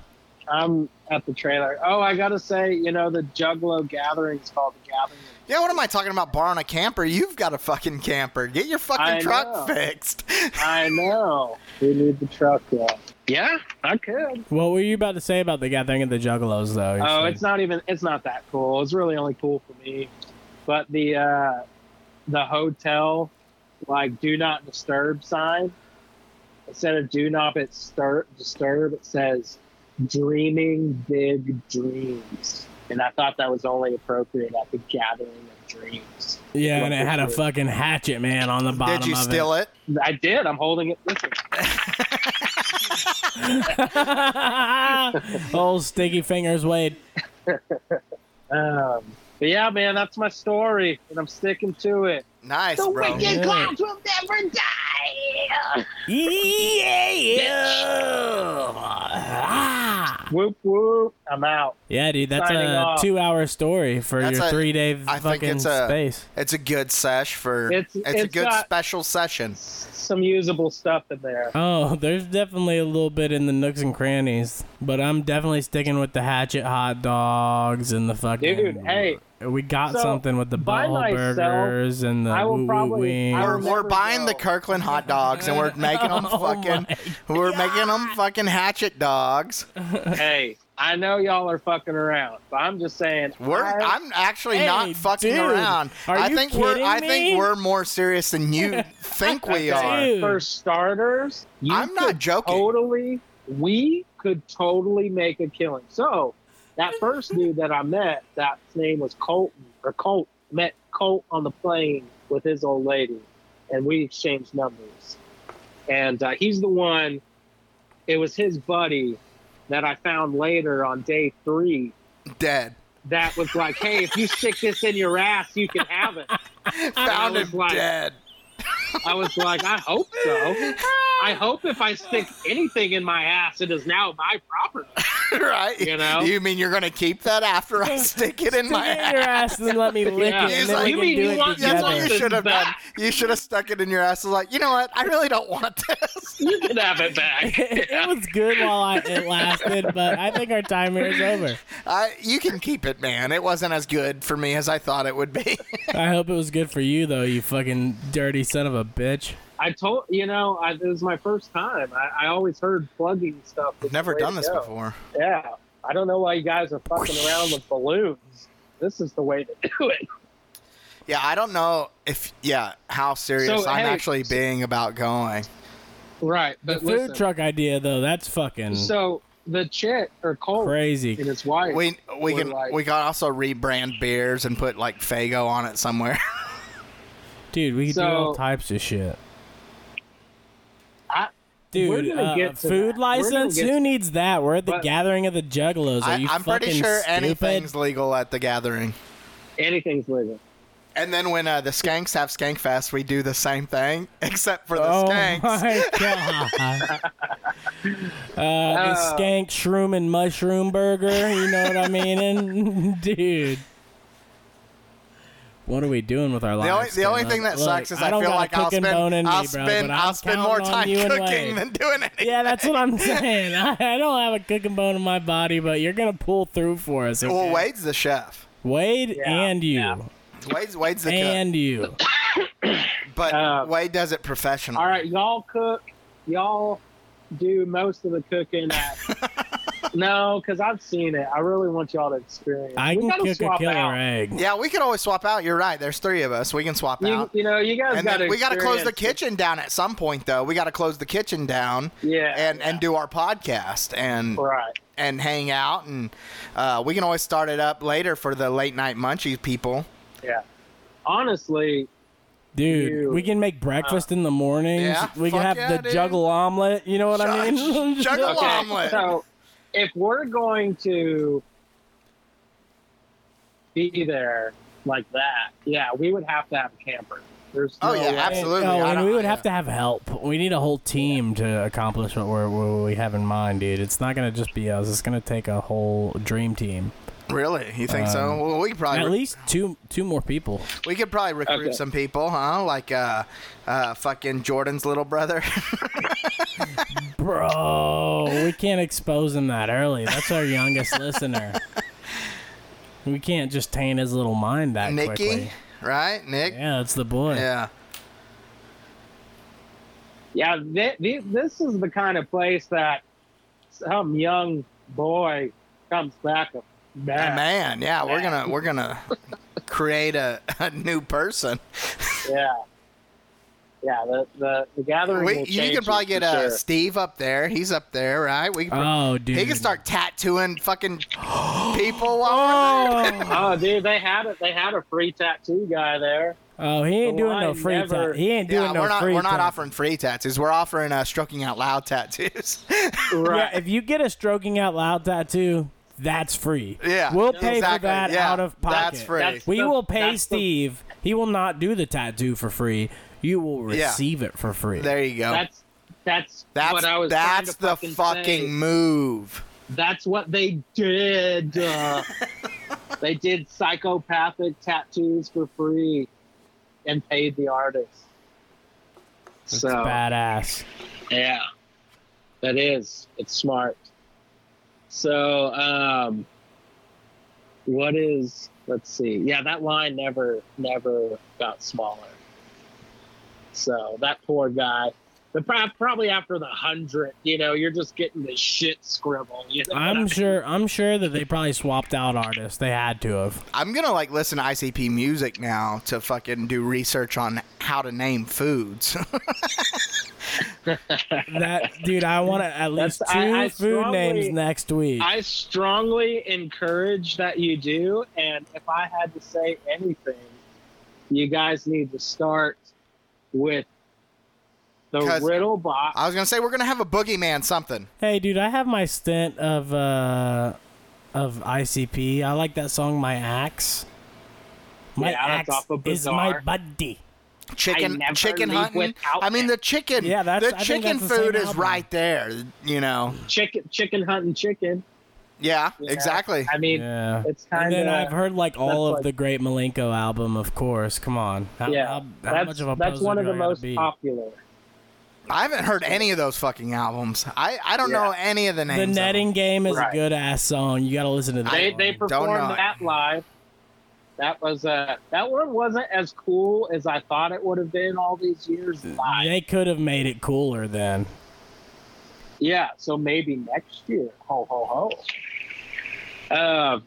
D: I'm at the trailer. Oh, I gotta say, you know, the Juggalo gathering is called the Gathering.
E: yeah, what am I talking about? Borrowing a camper? You've got a fucking camper. Get your fucking
D: I
E: truck
D: know.
E: fixed.
D: I know. We need the truck though. Yeah, I could.
C: What were you about to say about the gathering of the juggalos though? You
D: Oh,
C: said-
D: it's not even. It's not that cool. It's really only cool for me. But the uh, the hotel, like, do not disturb sign. Instead of do not disturb, disturb, it says dreaming big dreams. And I thought that was only appropriate at the gathering of dreams.
C: Yeah, and it
D: Like
C: had a
D: this.
C: fucking hatchet man on the bottom
E: Did you
C: of
E: steal it?
D: I did. I'm holding it. Listen,
C: it. Old sticky fingers Wade.
D: um, but yeah, man, that's my story, and I'm sticking to it.
E: Nice, bro.
C: Yeah.
B: Clouds will never die.
G: Yeah.
D: Whoop whoop. I'm out.
C: Yeah, dude, that's
D: Signing
C: a
D: off.
C: two-hour story for
E: That's
C: your
E: a-
C: three-day
E: I
C: fucking
E: think it's a-
C: space.
E: It's a good sesh for. It's,
D: It's-
E: a
D: it's
E: good
D: got-
E: special session.
D: Some usable stuff in there.
C: Oh, there's definitely a little bit in the nooks and crannies, but I'm definitely sticking with the hatchet hot dogs and the fucking.
D: Dude,
E: Mm.
D: hey.
C: we got
D: So,
C: something with the
D: by
C: butthole
D: myself,
C: burgers and the
D: I will
C: woo woo
D: probably-
C: wings.
D: I
E: We're,
D: will
E: we're
D: never
E: buying the
D: know.
E: Kirkland hot dogs and we're making them
C: Oh
E: fucking. We're making them fucking hatchet dogs.
D: hey, I know y'all are fucking around, but I'm just saying.
E: We're,
D: I,
E: I'm actually
C: Hey,
E: not fucking
C: dude,
E: around.
C: are
E: I
C: you
E: think we're
C: kidding
E: I
C: me?
E: think we're more serious than you think we are.
C: Dude.
D: for starters, you
E: I'm not
D: could
E: joking.
D: Totally, we could totally make a killing. So that first dude that I met, that name was Colton or Colt. Met Colt on the plane with his old lady, and we exchanged numbers. And uh, he's the one. It was his buddy that I found later on day three
E: Dead.
D: that was like, "Hey, if you stick this in your ass, you can have it."
E: Found
D: was
E: him
D: like-
E: dead.
D: I was like, I hope so. I hope if I stick anything in my ass, it is now my property.
E: right?
D: You know?
E: You mean you're gonna keep that after I stick it in my
C: Stick it in your
E: ass?
C: ass and then let me lick
D: Yeah.
C: it.
E: He's
C: And then
E: like,
C: we
E: "You
C: can
D: mean
C: do
D: you
C: it
D: want- you
E: That's
C: together.
E: what you
D: This
E: should have done.
D: back.
E: You should have stuck it in your ass. It's like, you know what? I really don't want this.
D: You can have it back.
C: it was good while I, it lasted, but I think our time here is over.
E: I, you can keep it, man. It wasn't as good for me as I thought it would be.
C: I hope it was good for you, though, you fucking dirty son of a bitch.
D: I told you know, I, it was my first time. I, I always heard plugging stuff. was
E: I've never
D: the way
E: done
D: to
E: this
D: go.
E: before.
D: Yeah, I don't know why you guys are fucking around with balloons. This is the way to do it.
E: Yeah, I don't know if yeah how serious
D: So,
E: I'm
D: hey,
E: actually
D: so-
E: being about going.
D: Right,
C: The food truck idea, though, that's fucking
D: So the chick or Cole and
C: crazy.
D: his wife.
E: We we
D: were
E: can
D: like-
E: we can also rebrand beers and put like Fago on it somewhere.
C: Dude, we could do all
D: So-
C: types of shit.
D: I- we're
C: Dude,
D: gonna
C: uh,
D: get to
C: food
D: that. We're gonna
C: license?
D: get
C: Who
D: to-
C: needs that? We're at the
D: But-
C: gathering of the juggalos. Are
E: I,
C: you
E: I'm
C: fucking
E: pretty sure
C: stupid?
E: anything's legal at the gathering.
D: anything's legal.
E: And then when uh, the skanks have skankfest, we do the same thing, except for the
C: oh
E: skanks.
C: my god! uh, the
D: Oh.
C: skank shroom and mushroom burger. You know what I mean, dude. What are we doing with our lives?
E: The only, the only
C: Dylan?
E: thing that
C: Look,
E: sucks is I,
C: don't
E: feel
C: got a
E: like I'll
C: cook and bone
E: spend
C: in me,
E: I'll
C: bro,
E: spend
C: but
E: I'll
C: I'm
E: spend more
C: counting on
E: time
C: you and
E: cooking
C: Wade.
E: than doing anything.
C: Yeah, that's what I'm saying. I, I don't have a cooking bone in my body, but you're gonna pull through for us. Okay?
E: Well, Wade's the chef.
C: Wade
D: Yeah,
C: and you,
E: Wade's Wade's the
C: and you.
E: cook, but
D: Uh,
E: Wade does it professionally.
D: All right, y'all cook. Y'all do most of the cooking. At... no, because I've seen it. I really want y'all to experience.
C: I
D: We
C: can
D: gotta
C: cook a
D: swap
C: killer
D: out.
C: egg.
E: Yeah, we could always swap out. You're right. There's three of us. We can swap
D: You,
E: out.
D: you know, you guys
E: And
D: got to.
E: then we got to close the kitchen down at some point, though. We got to close the kitchen down
D: Yeah,
E: and
D: yeah.
E: and do our podcast and
D: right.
E: and hang out and uh, we can always start it up later for the late night munchie people.
D: Yeah. Honestly,
C: Dude,
D: Dude.
C: we can make breakfast in the mornings.
E: Yeah,
C: we can have
E: fuck yeah,
C: the
E: dude.
C: juggle omelet. You know what I
E: Ju-
C: mean?
E: juggle
D: okay.
E: omelet.
D: So, if we're going to be there like that, yeah, we would have to have a camper. There's no
E: Oh, yeah,
D: way.
E: absolutely.
C: Oh,
E: I
C: and
E: don't-
C: we would have to have help. We need a whole team to accomplish what, we're, what we have in mind, dude. It's not gonna just be us. It's gonna take a whole dream team.
E: Really? You think
C: Um,
E: so? Well, we could probably
C: At
E: re-
C: least two two more people.
E: we could probably recruit
D: Okay.
E: some people, huh? Like uh, uh, fucking Jordan's little brother.
C: Bro, we can't expose him that early. That's our youngest listener. We can't just taint his little mind that
E: Nikki,
C: quickly.
E: right? Nick.
C: Yeah, that's the boy.
E: Yeah.
D: Yeah, th- th- this is the kind of place that some young boy comes back a
E: A
D: man.
E: Man, yeah, we're gonna we're gonna create a, a new person.
D: Yeah, yeah. The the, the gathering.
E: We,
D: will
E: you
D: change
E: can probably
D: for
E: get uh,
D: sure.
E: Steve up there. He's up there, right? We can, pro-
C: Oh, dude.
E: he can start tattooing fucking people. While
C: Oh,
D: Oh, dude, they had it. They had a free tattoo guy there.
C: Oh, he ain't
D: Well,
C: doing no
D: I
C: free
D: never-
C: time. He ain't
E: we're,
C: doing
E: yeah,
C: no
E: we're not
C: free
E: we're not
C: time.
E: offering free tattoos. We're offering uh, stroking out loud tattoos.
C: Yeah, if you get a stroking out loud tattoo, that's free.
E: yeah,
C: We'll pay for
E: exactly.
C: that
E: Yeah,
C: out of pocket.
E: That's free.
D: That's-
C: We
D: The-
C: will pay
D: that's the-
C: Steve. He will not do the tattoo for free. You will
E: Yeah.
C: receive it for free.
E: there you go.
D: That's that's
E: That's
D: what I was. trying
E: that's
D: to
E: the
D: fucking,
E: fucking,
D: say.
E: move.
D: That's what they did. Uh, they did psychopathic tattoos for free, and paid the artist.
C: That's
D: so
C: badass.
D: Yeah, that is. It's smart. So, um, what is? Let's see. Yeah, that line never, never got smaller. So that poor guy. The prob- probably after the hundred, you know, you're just getting the shit scribble. You know what I
C: I'm
D: mean?
C: sure. I'm sure that they probably swapped out artists. They had to have.
E: I'm gonna like listen to ICP music now to fucking do research on how to name foods.
C: That dude, I want to at
D: That's-
C: least two
D: I- I
C: food
D: strongly-
C: names next week.
D: I strongly encourage that you do. And if I had to say anything, you guys need to start with the
E: 'Cause-
D: riddle box.
E: I was gonna say we're gonna have a boogeyman something.
C: hey, dude, I have my stint of uh of ICP. I like that song, My Axe. My
D: Yeah,
C: axe
D: that's off of
C: is my
D: Bizarre.
C: buddy.
E: Chicken,
D: never
E: chicken
D: leave
E: hunting.
D: without
E: I mean, the chicken.
C: Yeah, that's-
E: the
C: I think
E: chicken
C: that's the same
E: food is
C: album.
E: right there. You know.
D: chicken, chicken hunting chicken.
E: Yeah,
D: you know?
E: exactly.
D: I mean,
C: Yeah.
D: it's
C: And
D: kind
C: then I've
D: of.
C: heard like all
D: that's
C: of
D: like-
C: the great Malenko album, of course. Come on, how,
D: Yeah,
C: how, how
D: that's,
C: much of a
D: that's
C: poser
D: one of
C: do
D: the
C: I gotta
D: most
C: be?
D: popular.
E: I haven't heard any of those fucking albums. I, I don't know any of the names.
C: The
E: of them.
C: netting game is
D: Right.
C: a good ass song. You got to listen to that.
D: They
C: one.
D: they
E: know
D: performed
E: it.
D: that live. That was uh that one wasn't as cool as I thought it would have been all these years live.
C: They could have made it cooler then.
D: Yeah, so maybe next year. Ho ho ho. Um,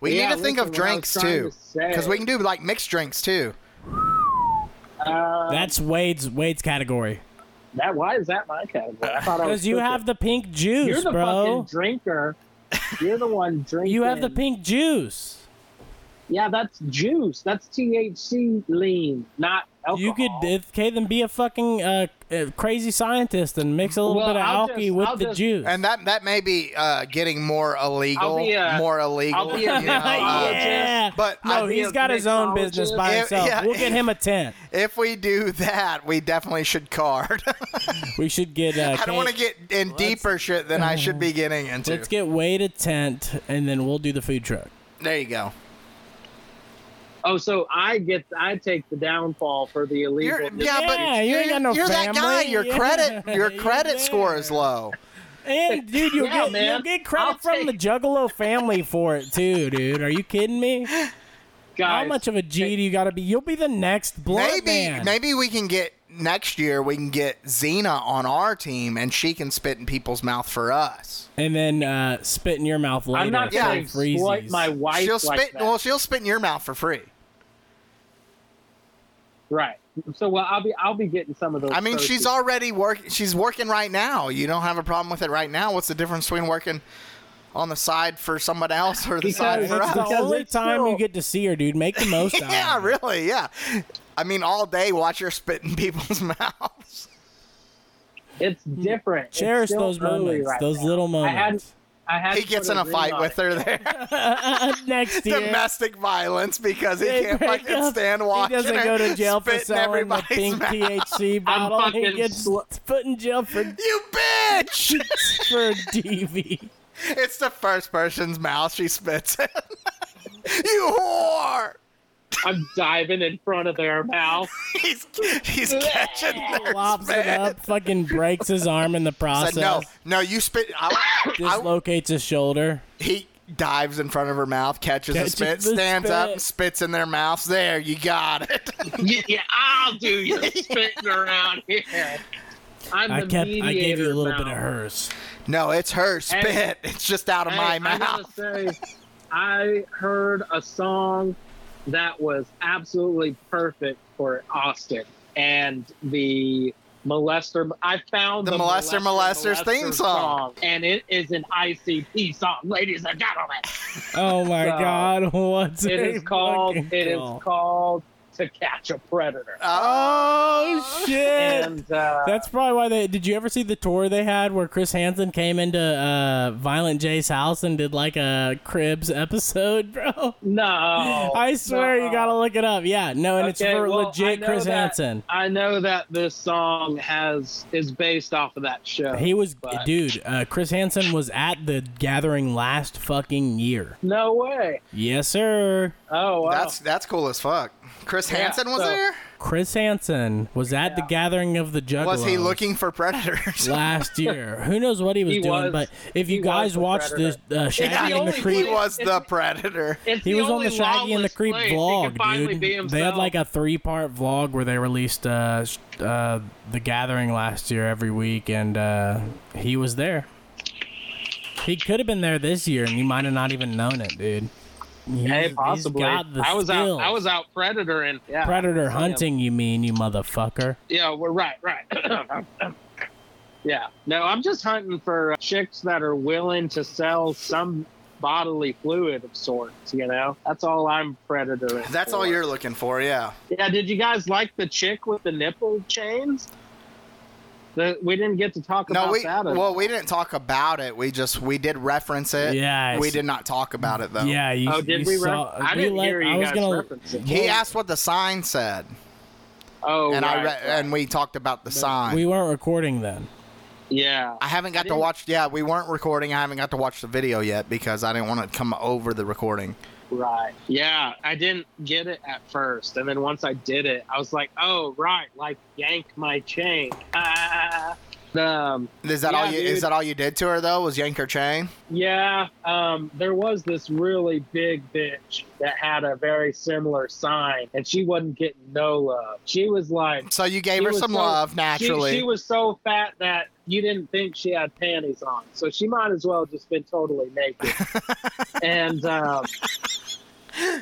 E: We
D: yeah,
E: need to
D: listen,
E: think of
D: what I was
E: drinks
D: trying
E: too,
D: to say-
E: because we can do like mixed drinks too.
D: uh,
C: That's Wade's Wade's category.
D: that why is that my category? I thought I was
C: Because you
D: cooking.
C: have the pink juice,
D: You're the
C: bro.
D: fucking drinker. You're the one drinking.
C: You have the pink juice.
D: Yeah, that's juice. That's THC lean, not alcohol.
C: You could if- okay then be a fucking uh, uh, crazy scientist and mix a little
D: Well,
C: bit of
D: I'll
C: alky
D: just-
C: with
D: I'll
C: the
D: just-
C: juice.
E: And that that may be uh, getting more illegal,
D: I'll be a-
E: more illegal.
D: I'll be a
E: you know, uh,
C: yeah.
E: But
C: no,
E: I-
C: he's got his own business by
E: Yeah,
C: himself.
E: yeah.
C: We'll get him a tent.
E: Uh, if we do that, we definitely should card.
C: We should get. Uh,
E: I don't want to
C: Kate-
E: get in deeper shit than I should be getting into.
C: Let's get Wade a tent, and then we'll do the food truck.
E: there you go.
D: Oh, so I get I take the downfall for the illegal.
E: You're, yeah,
D: dis-
E: but
C: Yeah, you
E: you're,
C: ain't got no
E: you're that
C: family.
E: guy. Your
C: Yeah,
E: credit, your
C: you're
E: credit score
C: there.
E: is low.
C: And dude, you'll
D: Yeah,
C: get
D: man.
C: you'll get credit
D: I'll
C: from the Juggalo family for it too, dude. Are you kidding me? How
D: guys,
C: much of a G do you got to be? You'll be the next blood
E: Maybe,
C: man.
E: maybe we can get next year. We can get Xena on our team, and she can spit in people's mouth for us.
C: and then uh, spit in your mouth later.
D: I'm not
C: so
E: Yeah.
D: gonna
C: it
D: exploit
C: freezes.
D: my wife
E: she'll
D: like
E: spit.
D: that.
E: Well, she'll spit in your mouth for free.
D: right. So well, I'll be I'll be getting some of those.
E: I mean, she's
D: proceeds.
E: already working. She's working right now. You don't have a problem with it right now. What's the difference between working on the side for somebody else or the side
D: Because
E: for
C: It's
E: us?
C: the
D: Because
C: only
D: it's
C: time
D: still-
C: you get to see her, dude. Make the most out of it.
E: Yeah, really. Yeah. I mean, all day watch her spit in people's mouths.
D: It's different. It's
C: Cherish
D: still
C: those
D: early
C: moments,
D: right
C: those
D: now.
C: little
D: I had-
C: moments. Uh,
D: I had
E: He
D: to
E: gets
D: put
E: in a
D: ring
E: fight
D: on
E: with
D: it.
E: her there.
C: Next year.
E: Domestic violence because he
C: They
E: can't
C: break
E: fucking
C: up.
E: stand
C: He
E: watching
C: doesn't
E: her
C: go to jail for
E: spit in
C: selling the
E: everybody's
C: pink
E: mouth.
C: THC bottle. He
D: fucking
C: gets
D: sl-
C: put in jail for
E: You bitch!
C: for DV.
E: It's the first person's mouth she spits in. you whore!
D: I'm diving in front of their mouth.
E: He's he's catching their
C: Flops it
E: spit.
C: up, fucking breaks his arm in the process,
E: Said, no, no, you spit. I, I,
C: dislocates his shoulder.
E: he dives in front of her mouth, catches the
C: Catches
E: spit,
C: the
E: stands
C: spit.
E: up, and spits in their mouths. There, you got it.
D: yeah, yeah, I'll do your spitting around here. I'm
C: I
D: the
C: kept. I gave you a
D: mediator
C: little
D: now.
C: bit of hers.
E: no, it's her spit.
D: Hey.
E: it's just out of
D: Hey,
E: my
D: I gotta
E: mouth.
D: say, I heard a song that was absolutely perfect for Austin and the molester. I found
E: The Molester Molester's theme song.
D: and it is an ICP song, ladies and gentlemen.
C: Oh my
D: So,
C: god! What's
D: It
C: it
D: is called.
C: fucking Uh,
D: It is called to catch a predator.
E: Oh,
C: Shit.
D: And uh,
C: That's probably why they. Did you ever see the tour they had where Chris Hansen came into uh, Violent J's house and did like a Cribs episode, bro?
D: no,
C: I swear you
D: Oh, no.
C: gotta look it up. Yeah, no, and it's
D: Okay,
C: for
D: well, I
C: legit
D: know
C: Chris
D: that-
C: Hansen.
D: I know that this song has is based off of that show.
C: He was,
D: But-
C: dude. Uh, Chris Hansen was at the gathering last fucking year.
D: no way.
C: Yes, sir.
D: Oh, wow.
E: that's that's cool as fuck. Chris
D: Yeah,
E: Hansen was
D: so-
E: there.
C: Chris Hansen was at the gathering of the Juggalos.
E: Was he looking for predators?
C: last year? Who knows what he was
D: He
C: doing?
D: was-
C: but if
D: he
C: you guys
D: was the
C: watch this uh, Shaggy
D: the
C: and the
D: only
E: he
C: Creep,
D: place-
E: was the predator.
D: It's
C: he
D: the
C: was on
D: only
C: the Shaggy and the
D: lawless
C: Creep
D: place. He can finally
C: vlog,
D: be
C: dude. They had
D: himself.
C: like a three-part vlog where they released uh, sh- uh, the Gathering last year every week, and uh, he was there. He could have been there this year, and you might have not even known it, dude. He's,
D: Hey,
C: he's
D: possibly.
C: got the
D: I was
C: skills.
D: out. I was out predatoring. Yeah,
C: predator
D: Yeah.
C: hunting. You mean you motherfucker?
D: Yeah, we're right, right. yeah. No, I'm just hunting for uh, chicks that are willing to sell some bodily fluid of sorts. You know, that's all I'm predatoring.
E: That's
D: for.
E: all you're looking for, yeah.
D: Yeah. Did you guys like the chick with the nipple chains? The, we didn't get to talk
E: No,
D: about
E: we
D: that.
E: well, we didn't talk about it. We just we did reference it.
C: Yeah,
E: we
C: it's-
E: did not talk about it though.
C: Yeah, you,
D: oh, did
C: you
D: we? Re-
C: saw,
D: I
C: we
D: didn't
C: let-
D: hear you
C: I was
D: guys
C: gonna,
D: reference it.
E: He asked what the sign said,
D: Oh,
E: and I
D: right,
E: re-
D: right.
E: and we talked about the sign.
C: We weren't recording then.
D: yeah.
E: I haven't got to
D: didn't-
E: watch. Yeah, we weren't recording. I haven't got to watch the video yet because I didn't want to come over the recording.
D: Right. Yeah, I didn't get it at first, and then once I did it, I was like, "Oh, right, like yank my chain." Ah. Um,
E: Is that
D: Yeah,
E: all you? Is
D: dude.
E: that all you did to her though? Was yank her chain?
D: yeah. Um, there was this really big bitch that had a very similar sign, and she wasn't getting no love. She was like,
E: So you gave
D: She
E: her
D: was
E: some
D: so-
E: love
D: she,
E: naturally.
D: she was so fat that you didn't think she had panties on, so she might as well just been totally naked. and um,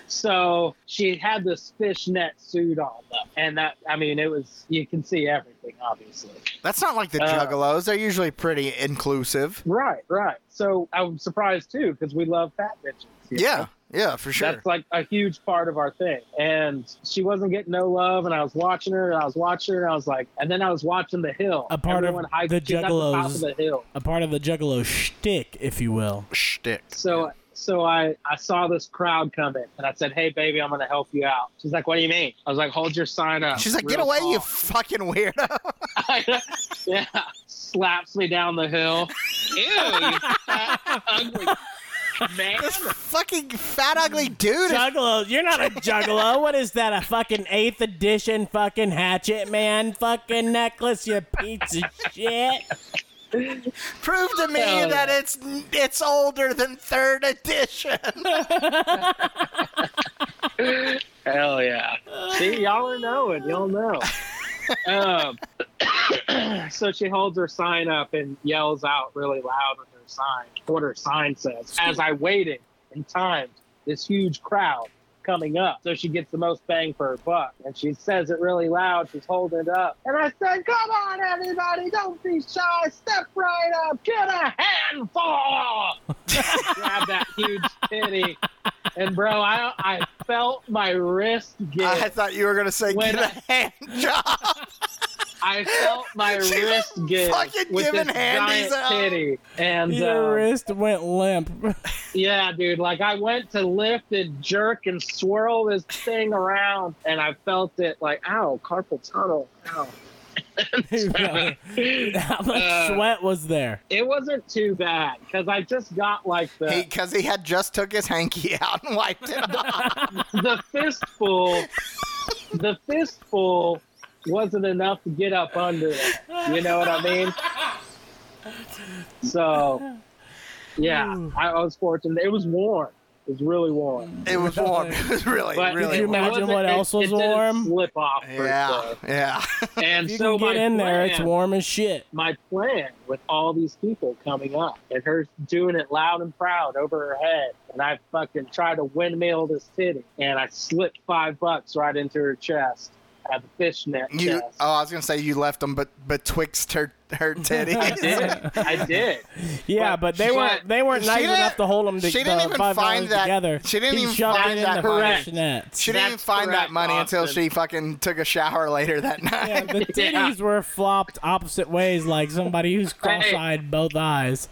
D: so she had this fishnet suit on, though, and that I mean, it was you can see everything, obviously.
E: That's not like the
D: Uh,
E: Juggalos. They're usually pretty inclusive.
D: Right, right. So I'm surprised too because we love fat bitches. you know?
E: Yeah, yeah, for sure.
D: That's like a huge part of our thing. And she wasn't getting no love, and I was watching her, and I was watching her, and I was like, and then I was watching the hill.
C: A part of
D: Everyone hiked-
C: the
D: she's at the top
C: Juggalos.
D: of the hill.
C: A part of the Juggalo shtick, if you will.
E: Shtick.
D: So so I, I saw this crowd coming and I said, Hey baby, I'm gonna help you out. She's like, What do you mean? I was like, Hold your sign up.
E: She's like,
D: real
E: get away, you
D: tall."
E: fucking weirdo.
D: yeah. Slaps me down the hill. Ew, you fat, ugly man.
E: this fucking fat, ugly dude. is-
C: Juggalos, you're not a juggalo. what is that? A fucking eighth edition fucking hatchet man fucking necklace, you piece of shit.
E: Prove to me
D: Hell
E: that it's it's older than third edition.
D: Hell yeah. See, y'all are knowing. Y'all know. um, so she holds her sign up and yells out really loud with her sign, what her sign says. As I waited and timed this huge crowd coming up, so she gets the most bang for her buck. And she says it really loud. She's holding it up. And I said, Come on, everybody. Don't be shy. Step right up. Get a handful. Grab that huge titty. And, bro, I, I felt my wrist give.
E: I thought you were gonna say
D: When
E: get a hand job.
D: I felt my
E: She
D: wrist
E: was
D: give
E: fucking
D: with
E: giving
D: this
E: handies
D: giant
E: out.
D: titty, and
C: Your
D: uh,
C: wrist went limp.
D: yeah, dude, like I went to lift and jerk and swirl this thing around, and I felt it like, ow, carpal tunnel, ow.
C: How much
D: Uh,
C: sweat was there?
D: It wasn't too bad because I just got like the
E: Because he, had just took his hanky out and wiped it off.
D: the fistful, the fistful wasn't enough to get up under it. You know what I mean? So, yeah, I was fortunate. It was warm. It was really warm.
E: It was warm. It was really,
D: But
E: really
C: Could you
E: warm.
C: imagine
D: wasn't-
C: what else was
D: it didn't
C: warm?
D: Slip off. per
E: Yeah,
D: se.
E: yeah.
D: And
C: You
D: so
C: can get
D: my
C: in there. It's
D: plan-
C: warm as shit.
D: My plan with all these people coming up and her doing it loud and proud over her head, and I fucking tried to windmill this titty, and I slipped five bucks right into her chest at the fishnet
E: You.
D: chest.
E: Oh, I was gonna say you left him, but betwixt her her
D: I
E: titties.
D: did. I did.
C: Yeah,
D: But
C: but they
D: she-
C: weren't they weren't
E: she
C: nice
E: didn't-
C: enough to hold them to,
E: she didn't
C: the
E: even
C: five
E: find
C: dollars
E: that-
C: together.
E: she didn't
C: He
E: even
C: shoved
E: find
C: it in
E: that
C: the
E: correct.
C: fishnets.
E: She didn't even
D: That's
E: find that
D: correct,
E: money until
D: Austin.
E: she fucking took a shower later that night.
C: Yeah, the
D: Yeah.
C: titties were flopped opposite ways, like somebody who's cross-eyed both eyes.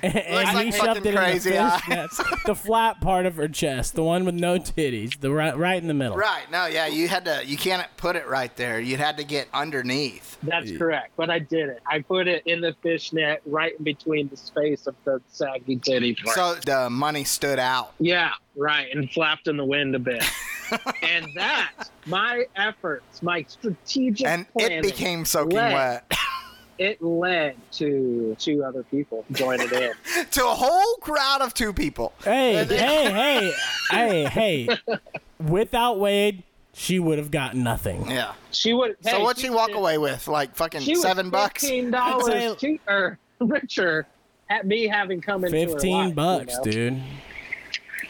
C: And, and
E: like
C: he
E: fucking
C: shoved it in
E: crazy
C: the
E: eyes.
C: fishnets, the flat part of her chest, the one with no titties, the right, right in the middle.
E: Right. No. Yeah. You had to. You can't put it right there. You had to get underneath.
D: That's correct. But I did it. I put it in the fishnet right in between the space of the saggy titty part.
E: So the money stood out.
D: Yeah, right, and flapped in the wind a bit. and that my efforts, my strategic
E: and
D: planning,
E: it became soaking
D: Leg.
E: wet
D: it led to two other people joining in.
E: to a whole crowd of two people.
C: Hey, hey, hey, hey, hey. Without Wade, she would have got nothing.
E: Yeah.
D: She would.
E: so
D: hey,
E: what'd she walk
D: did-
E: away with? Like fucking
D: She was
E: seven bucks?
D: Fifteen
C: I'd
D: dollars cheaper, richer, at me having come into her life,
C: Fifteen
D: you
C: bucks,
D: know?
C: dude.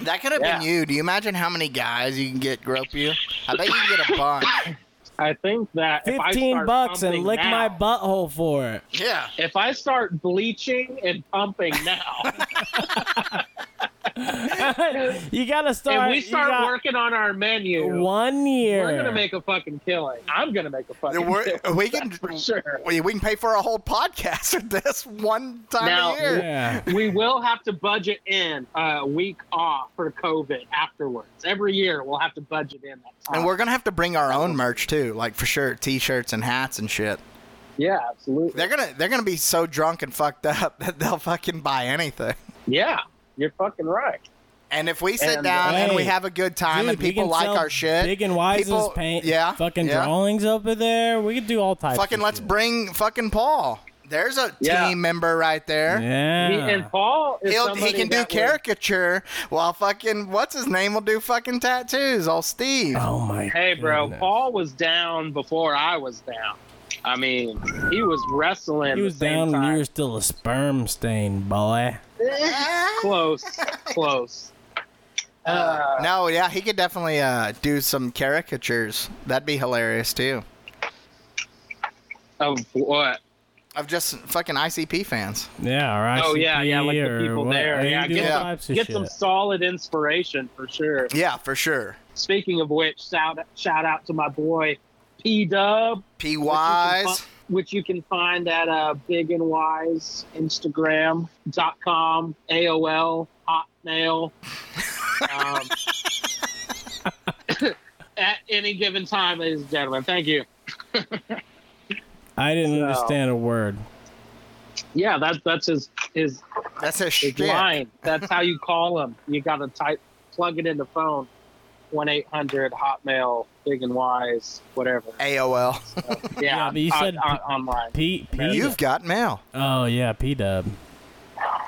E: That could have been
D: Yeah.
E: you. Do you imagine how many guys you can get grope you? I bet you can get a bunch.
D: I think that if I
C: Fifteen
D: start
C: bucks and
D: pumping
C: lick
D: now,
C: my butthole for it.
E: yeah.
D: If I start bleaching and pumping now,
C: you gotta start.
D: and we
C: you
D: start
C: got
D: working on our menu,
C: one year.
D: we're gonna make a fucking killing. I'm gonna make a fucking
E: We're,
D: killing.
E: we can
D: that's for sure.
E: we, we can pay for a whole podcast with this one time
D: Now-
E: a year.
C: Yeah.
D: we will have to budget in a week off for COVID afterwards. Every year, we'll have to budget in that time.
E: And we're gonna have to bring our own merch too, like for sure, t-shirts and hats and shit.
D: yeah, absolutely.
E: They're gonna they're gonna be so drunk and fucked up that they'll fucking buy anything.
D: Yeah, you're fucking right.
E: And if we sit
D: And-
E: down and we
C: Hey,
E: have a good time
C: Dude,
E: and
C: we
E: people
C: can
E: like
C: sell
E: our shit,
C: Big and Wise's
E: people-
C: paint.
E: yeah,
C: Fucking
E: yeah.
C: drawings over there. We could do all types.
E: fucking
C: of
E: let's
C: shit.
E: bring fucking Paul. There's a
D: Yeah.
E: team member right there.
D: He-
C: Yeah.
D: and Paul is
E: He'll, he
D: somebody
E: can do
D: that would-
E: caricature while fucking what's his name will do fucking tattoos. All Steve.
C: oh my.
D: Hey, bro,
C: goodness.
D: Paul was down before I was down. I mean, he was wrestling.
C: He was
D: the same
C: down when
D: time.
C: you were still a sperm stain, boy.
D: close, close. Uh,
E: No, yeah, he could definitely uh, do some caricatures. That'd be hilarious too.
D: of what?
E: Of just fucking ICP fans.
C: Yeah, all right.
D: Oh yeah, yeah, like
C: or
D: the people
C: what-
D: there.
C: you
D: Yeah,
C: do
D: get,
C: all
E: some-
C: types
D: some,
C: of
D: get
C: shit.
D: some solid inspiration for sure.
E: Yeah, for sure.
D: Speaking of which, shout shout out to my boy P Dub,
E: P
D: which you can
E: Wise.
D: fi- which you can find at uh, Big and Wise Instagram.com, AOL, Hotmail. Um, at any given time, ladies and gentlemen. Thank you.
C: I didn't
D: So-
C: understand a word.
D: Yeah, that's that's his his,
E: That's his
D: his
E: shit.
D: line. That's how you call him. You got to type, plug it in the phone. One eight hundred Hotmail, Big and Wise, whatever.
E: AOL.
D: Yeah,
C: Yeah, but you
D: on-
C: said-
D: on- online.
C: P P.
E: You've got mail.
C: oh yeah, P Dub.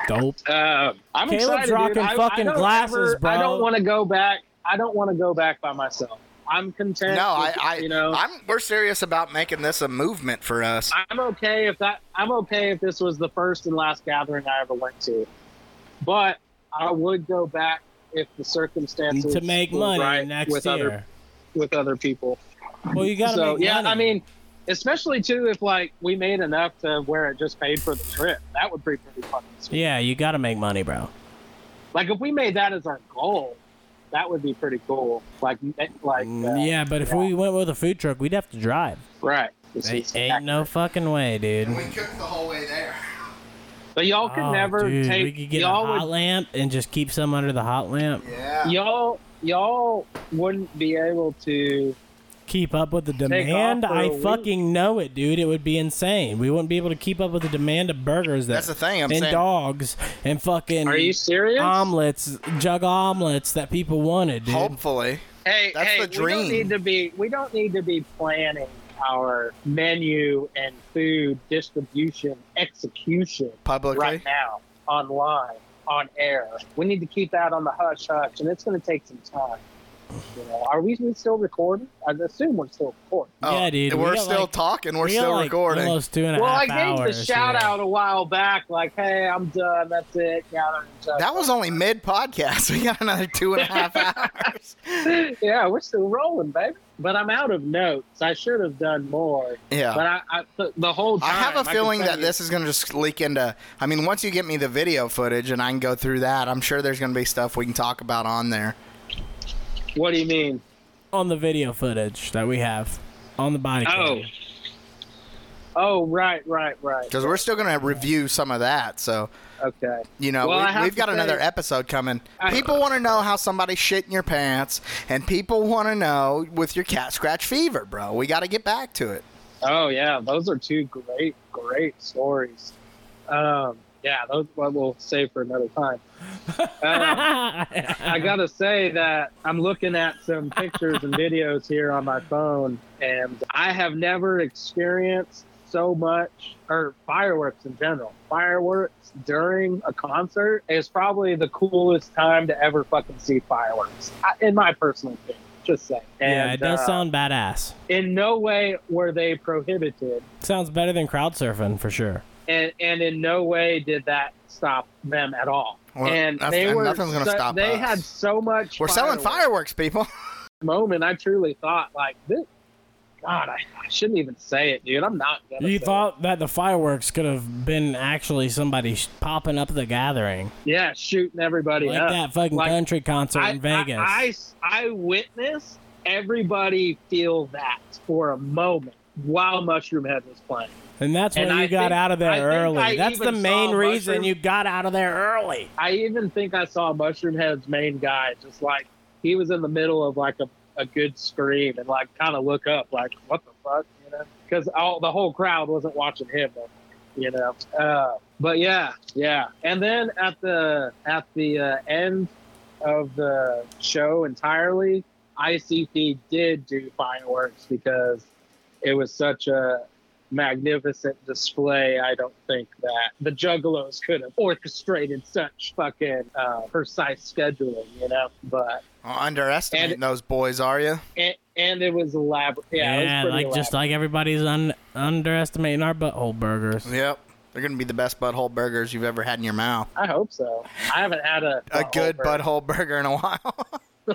C: Dope.
D: Uh, I'm
C: Caleb's
D: excited, dude.
C: rocking
D: I- I
C: fucking
D: don't
C: glasses,
D: ever- I
C: bro.
D: don't want to go back. I don't want to go back by myself. I'm content.
E: No, I,
D: with-
E: I,
D: you know, I,
E: I'm. We're serious about making this a movement for us.
D: am okay if that. I'm okay if this was the first and last gathering I ever went to, but I would go back if the circumstances
C: To make
D: were
C: money
D: right
C: next
D: with
C: year.
D: other with other people.
C: well, you gotta
D: so
C: make
D: yeah,
C: money.
D: I mean, especially too if like we made enough to where it just paid for the trip. That would be pretty fucking sweet.
C: yeah, you gotta make money, bro.
D: Like if we made that as our goal, that would be pretty cool. Like like uh,
C: Mm, yeah, but if
D: yeah.
C: we went with a food truck, we'd have to drive.
D: right. This
C: Ain't,
D: is-
C: ain't no fucking way, dude.
E: cooked the whole way there.
D: But y'all could
C: Oh,
D: never
C: dude,
D: take
C: We could get a
D: y'all
C: hot lamp and just keep some under the hot lamp.
E: Yeah.
D: would, y'all y'all wouldn't be able to
C: Keep up with the
D: off
C: demand.
D: for
C: I
D: a week.
C: fucking know it, dude. It would be insane. We wouldn't be able to keep up with the demand of burgers. That,
E: That's the thing, I'm
C: and
E: saying-
C: dogs and fucking.
D: Are
E: Mm.
D: you serious?
E: Um,
C: omelets, jug omelets that people wanted, dude.
E: Hopefully.
D: hey,
E: that's
D: hey,
E: the
D: we
E: dream.
D: don't need to be we don't need to be planning our menu and food distribution execution
E: Publicly.
D: right now online on air. We need to keep that on the hush hush and it's going to take some time. You know, are we still recording? I assume we're still recording.
E: Oh,
C: Yeah, dude, we
E: We're
C: got,
E: still
C: like-
E: talking. We're
C: We got,
E: still
C: like,
E: recording.
C: Almost two and a
D: Well,
C: half
D: I gave the
C: hours,
D: shout
C: yeah.
D: out a while back, like, "Hey, I'm done. That's it." Gathering done.
E: That was only mid podcast. We got another two and a half hours.
D: yeah, we're still rolling, baby. But I'm out of notes. I should have done more.
E: Yeah.
D: But I, I the- the whole time.
E: I have a
D: can
E: feeling
D: tell
E: that
D: you-
E: this is going to just leak into. I mean, once you get me the video footage and I can go through that, I'm sure there's going to be stuff we can talk about on there.
D: What do you mean?
C: on the video footage that we have on the body
D: Oh.
C: cam.
D: Oh, right, right, right.
E: Because we're still going to review some of that. So,
D: Okay.
E: you know,
D: Well, I
E: we,
D: have
E: we've
D: to
E: got
D: say-
E: another episode coming.
D: I-
E: people want to know how somebody shit in your pants, and people want to know with your cat scratch fever, bro. We got to get back to it.
D: Oh yeah, those are two great, great stories. Um, yeah, those well, we'll save for another time. Um, I gotta say that I'm looking at some pictures and videos here on my phone, and I have never experienced so much or fireworks in general. Fireworks during a concert is probably the coolest time to ever fucking see fireworks, I- in my personal opinion. Just saying.
C: yeah,
D: And,
C: it does
D: uh,
C: sound badass.
D: In no way were they prohibited,
C: Sounds better than crowd surfing for sure.
D: and and in no way did that stop them at all.
E: Well,
D: and
E: that's-
D: they
E: and
D: were
E: nothing's gonna
D: so-
E: stop
D: They
E: us.
D: had so much.
E: We're selling
D: fireworks.
E: fireworks, people.
D: moment, I truly thought like this. God, I, I shouldn't even say it, dude. I'm not gonna.
C: You
D: say
C: thought that the fireworks could have been actually somebody sh- popping up the gathering,
D: it. Yeah, shooting everybody
C: like
D: up.
C: that fucking
D: Like,
C: country concert
D: I,
C: in Vegas.
D: I, I s- I witnessed everybody feel that for a moment while Mushroom Head was playing.
C: and that's why
D: and
C: you
D: I
C: got
D: think-
C: out of there
D: I think I
C: early. That's the
D: even
C: main
D: saw
C: reason
D: Mushroom-
C: you got out of there early.
D: I even think I saw Mushroom Head's main guy just like he was in the middle of like a, a good scream and like kind of look up like what the fuck you know because all the whole crowd wasn't watching him but, you know uh, but yeah yeah and then at the at the uh, end of the show entirely ICP did do fireworks because it was such a magnificent display. I don't think that the Juggalos could have orchestrated such fucking uh, precise scheduling, you know. But
E: Well, underestimating
D: And-
E: those boys, are you?
D: and, and it was elaborate. Yeah, it was
C: Yeah,
D: pretty
C: like just like everybody's un- underestimating our butthole burgers.
E: Yep. They're gonna be the best butthole burgers you've ever had in your mouth.
D: elaborate. I hope so. I haven't had a
E: A good
D: burger.
E: butthole burger in a while.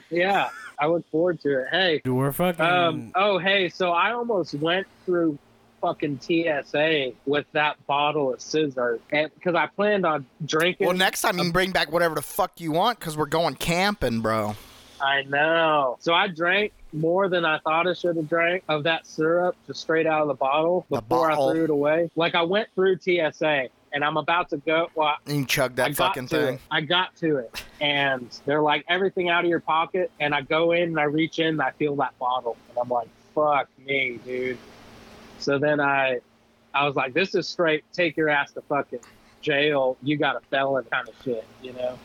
D: Yeah, I look forward to it. Hey,
C: Dude, We're fucking.
E: Mm.
D: Um, oh, hey, so I almost went through fucking TSA with that bottle of scissor because I planned on drinking.
E: well, next time you
C: Um,
E: can bring back whatever the fuck you want, cause we're going camping, bro.
D: I know. So I drank more than I thought I should have drank of that syrup just straight out of the bottle
E: The
D: before
E: bottle.
D: I threw it away. Like I went through TSA and I'm about to go. Well,
E: You can chug
D: I
E: that
D: got
E: fucking
D: to
E: thing.
D: It. I got to it, and they're like everything out of your pocket, and I go in and I reach in and I feel that bottle, and I'm like, "Fuck me, dude." So then I, I was like, "This is straight. Take your ass to fucking jail. You got a felon kind of shit, you know."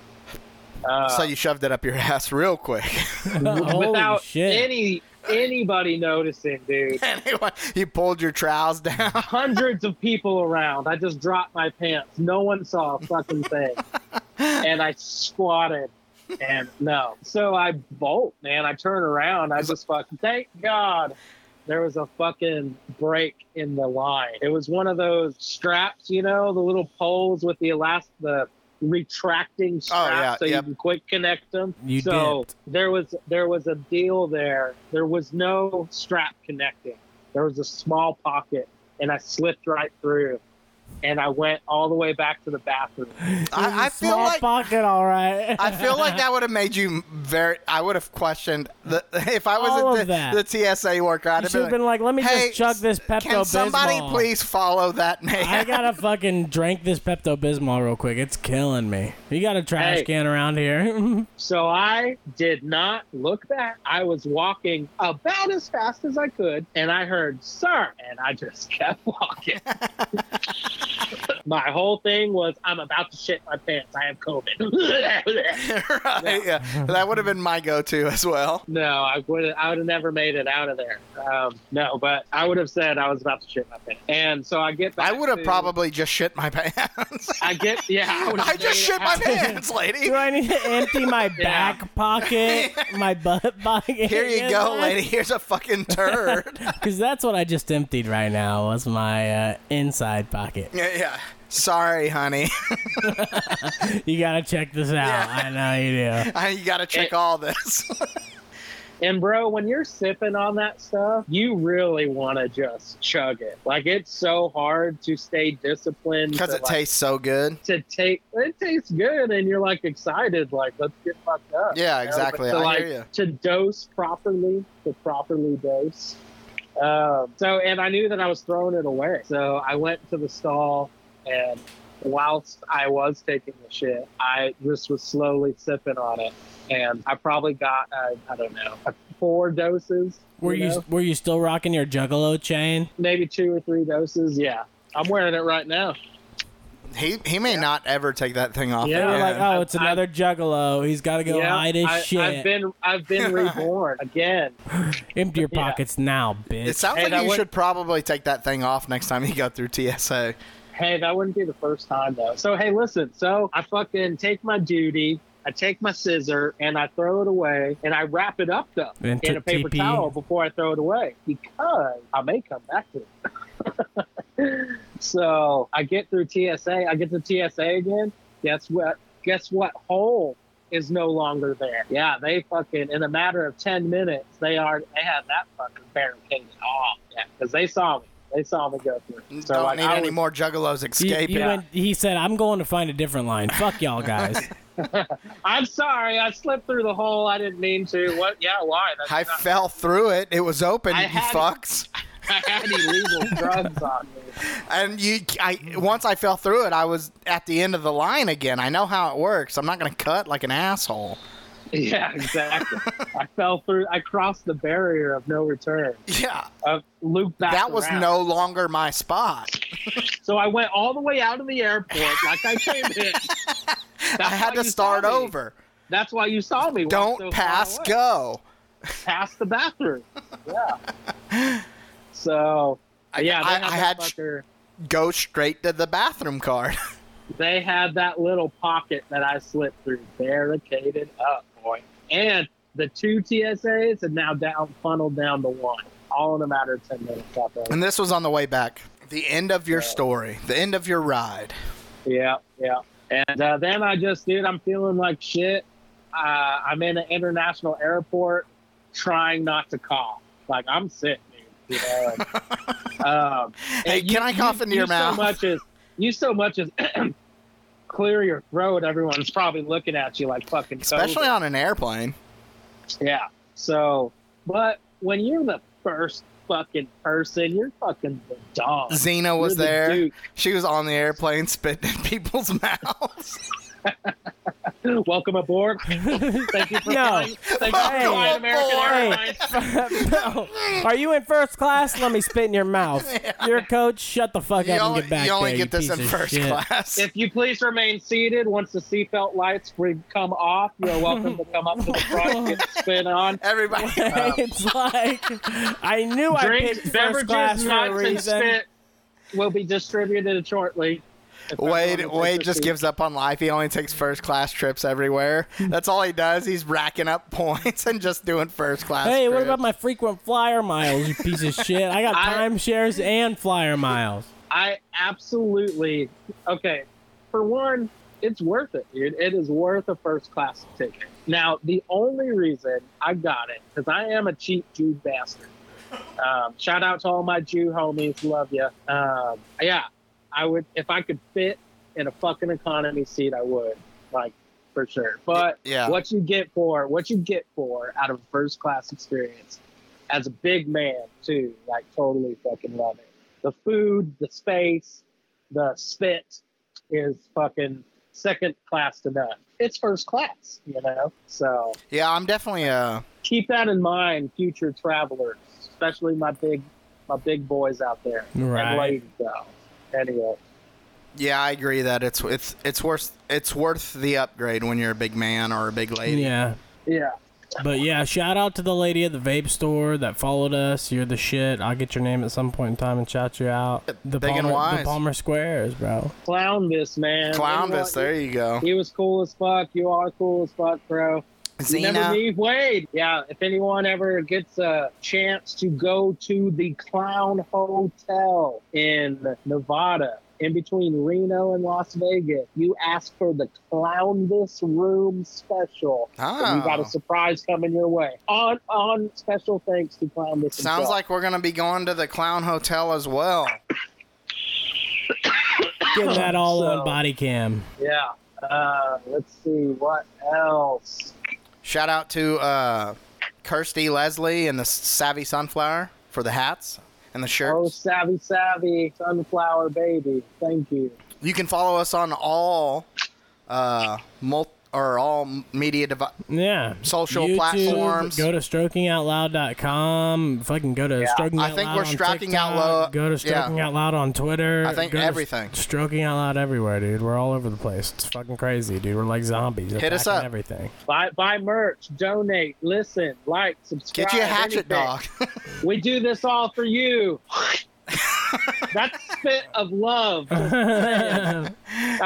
D: Uh,
E: So you shoved it up your ass real quick.
C: Holy
D: without
C: shit!
D: any anybody noticing, dude.
E: anyway, you pulled your trowels down.
D: Hundreds of people around. I just dropped my pants. No one saw a fucking thing. and I squatted. And no. So I bolt, man. I turn around. I just fucking thank God there was a fucking break in the line. It was one of those straps, you know, the little poles with the elastic, the retracting straps,
E: yeah,
D: so you
E: yep.
D: can quick connect them.
C: You
D: so
C: dipped.
D: there was there was a deal there. There was no strap connecting. There was a small pocket, and I slipped right through, and I went all the way back to the bathroom.
E: I, I feel
C: Small
E: like
C: pocket, all right.
E: I feel like that would have made you very. I would have questioned the, if I
C: All of
E: was
C: that.
E: the, the TSA worker. I'd
C: You
E: have
C: should
E: been,
C: have been like, let me
E: "Hey,
C: just chug this Pepto Bismol.
E: Can somebody please follow that man?
C: I gotta fucking drink this Pepto Bismol real quick. It's killing me. You got a trash
D: Hey.
C: can around here?
D: So I did not look back. I was walking about as fast as I could, and I heard, sir, and I just kept walking. my whole thing was, I'm about to shit my pants. I have COVID.
E: right? Yeah. that would have been my go-to as well.
D: no, I would I would have never made it out of there. Um, no, but I would have said I was about to shit my pants. And so I get back.
E: I would have
D: to-
E: probably just shit my pants.
D: I get, yeah. I, would have
E: I just
D: made it
E: shit my
D: out.
E: pants, lady.
C: Do I need to empty my
D: Yeah.
C: back pocket, my butt pocket?
E: Here you go, lady. Here's a fucking turd.
C: Because that's what I just emptied right now was my uh, inside pocket.
E: yeah, yeah. Sorry, honey.
C: You gotta check this out.
E: Yeah.
C: I know you do.
E: you got to check
D: It-
E: all this.
D: And bro, when you're sipping on that stuff, you really want to just chug it. Like it's so hard to stay disciplined
E: Because
D: to,
E: it
D: like,
E: tastes so good.
D: to take. It tastes good, and you're like excited, like let's get fucked up.
E: Yeah,
D: you know?
E: exactly.
D: But to,
E: I
D: like,
E: hear you.
D: To dose properly, to properly dose. Um, so, and I knew that I was throwing it away. So I went to the stall, and whilst I was taking the shit, I just was slowly sipping on it, and I probably got uh, I don't know four doses.
C: Were you,
D: know?
C: were you still rocking your Juggalo chain?
D: maybe two or three doses? Yeah, I'm wearing it right now.
E: He he may not ever take that thing off.
D: Yeah. uh,
C: They were
E: again.
C: like, oh, it's
D: I-
C: another juggalo. He's got to go hide his
D: I,
C: shit.
D: I've been I've been reborn again.
C: Empty your
D: yeah.
C: pockets now, bitch.
E: it sounds
D: Hey,
E: like
D: that
E: you
D: would-
E: should probably take that thing off next time you go through TSA.
D: Hey, that wouldn't be the first time though. So hey, listen. So I fucking take my duty. I take my scissor and I throw it away and I wrap it up though
C: And
D: in
C: took
D: a paper
C: TP.
D: towel before I throw it away because I may come back to it. so I get through TSA. I get to TSA again. Guess what? Guess what? Hole is no longer there. Yeah, they fucking in a matter of ten minutes they are they have that fucking barricaded off. Yeah, because they saw me. They saw me go through. So
E: Mm, Don't
D: like,
E: need
D: I
E: any
D: was-
E: more juggalos
C: You-
E: escaping.
C: you went- he said, I'm going to find a different line. Fuck y'all guys.
D: I'm sorry, I slipped through the hole. I didn't mean to. What? Yeah, why? That's
E: I
D: not-
E: fell through it. It was open,
D: I
E: you
D: had-
E: fucks.
D: I had illegal drugs on me.
E: And you, I once I fell through it, I was at the end of the line again. I know how it works. I'm not gonna cut like an asshole.
D: Yeah, exactly. I fell through. I crossed the barrier of no return.
E: Yeah,
D: I looped back.
E: that was
D: around.
E: no longer my spot.
D: So I went all the way out of the airport like I came in. That's
E: I had
D: why
E: to
D: you
E: start
D: saw me.
E: over.
D: That's why you saw me. walk so
E: Don't
D: far
E: pass
D: away.
E: go.
D: Past the bathroom. Yeah. So. Yeah, they
E: I-
D: had
E: I
D: that
E: had-
D: fucker-
E: Go straight to the bathroom card.
D: they had that little pocket that I slipped through barricaded up, boy. And the two TSAs are now down funneled down to one, all in a matter of ten minutes. I think.
E: and this was on the way back. The end of your story. The end of your ride.
D: Yeah, yeah. And uh, then I just, dude, I'm feeling like shit. Uh, I'm in an international airport, trying not to cough. Like I'm sick, dude. You know? like, um,
E: Hey,
D: and
E: can I cough into your
D: you
E: mouth?
D: So much as you so much as clear your throat. Everyone's probably looking at you like fucking.
E: Especially
D: COVID.
E: on an airplane.
D: Yeah. So, but when you're the first fucking person, you're fucking the dog.
E: Xena
D: You're
E: was
D: the
E: there. She was on the airplane spitting in people's mouths.
D: Duke. Welcome aboard. Thank you for
C: No.
D: flying. Thank you
E: Welcome
D: for flying American
E: aboard.
D: Airlines.
C: No. Are you in first class? Let me spit in your mouth. Your coach, shut the fuck
E: You
C: up
E: only,
C: and get back
E: you only
C: there,
E: get this
C: piece
E: in
C: of
E: first
C: shit.
E: class.
D: If you please remain seated once the seatbelt lights re- come off, you're welcome to come up to the front and get spin on.
E: Everybody.
C: it's like I knew I
D: Drinks,
C: picked first
D: beverages,
C: class for a
D: nuts, and
C: reason.
D: spit will be distributed shortly. If
E: Wade,
D: everyone will
E: Wade
D: take
E: just
D: their
E: gives up on life. He only takes first class trips everywhere. That's all he does. He's racking up points and just doing first class.
C: Hey, what
E: trips.
C: about my frequent flyer miles, you piece of shit? I got
D: I-
C: timeshares and flyer miles.
D: I absolutely okay. For one, it's worth it, dude. It is worth a first class ticket. Now, the only reason I got it because I am a cheap Jew bastard. Um, shout out to all my Jew homies, love you. Um, yeah, I would if I could fit in a fucking economy seat, I would like for sure. But
E: Yeah.
D: what you get for what you get for out of a first class experience as a big man too, like totally fucking love it. The food, the space, the spit is fucking second class to none. It's first class, you know. So
E: Yeah, I'm definitely uh
D: keep that in mind, future travelers, especially my big my big boys out there and
C: Right.
D: ladies though. Anyway,
E: yeah, I agree that it's it's it's worth it's worth the upgrade when you're a big man or a big lady.
C: Yeah.
D: yeah.
C: But yeah, shout out to the lady at the vape store that followed us. You're the shit. I'll get your name at some point in time and shout you out. The
E: Big and
C: Palmer,
E: wise.
C: the Palmer Squares, bro.
D: Clown this man.
E: Clown
D: Everyone-
E: this, there you go.
D: He was cool as fuck. You are cool as fuck, bro. Remember
E: Xena,
D: me, Wade. Yeah, if anyone ever gets a chance to go to the Clown Hotel in Nevada, in between Reno and Las Vegas, you ask for the Clown This Room special. and You
E: Oh.
D: got a surprise coming your way. On on special thanks to Clown This.
E: sounds
D: himself.
E: like we're gonna be going to the clown hotel as well.
C: Getting that all
D: So-
C: on body cam.
D: yeah. Uh, let's see what else.
E: Shout out to uh, Kirsty Leslie and the Savvy Sunflower for the hats and the
D: Oh,
E: shirts.
D: savvy, savvy, sunflower baby. Thank you.
E: You can follow us on all uh, mul- or all media devices.
C: Yeah.
E: Social platforms.
C: Go to strokingoutloud.com. Fucking go to stroking
E: I
C: out
E: think
C: loud
E: we're
C: on
E: stroking
C: TikTok,
E: out loud-
C: Go to stroking
E: yeah.
C: out loud on Twitter.
E: I think
C: go to
E: everything.
C: stroking out loud everywhere, dude. We're all over the place. It's fucking crazy, dude. We're like zombies.
E: Hit us
C: attacking
E: up.
C: Everything.
D: Buy buy merch, donate, listen, like, subscribe.
E: Get you a hatchet
D: anything.
E: dog.
D: We do this all for you. That's spit of love. That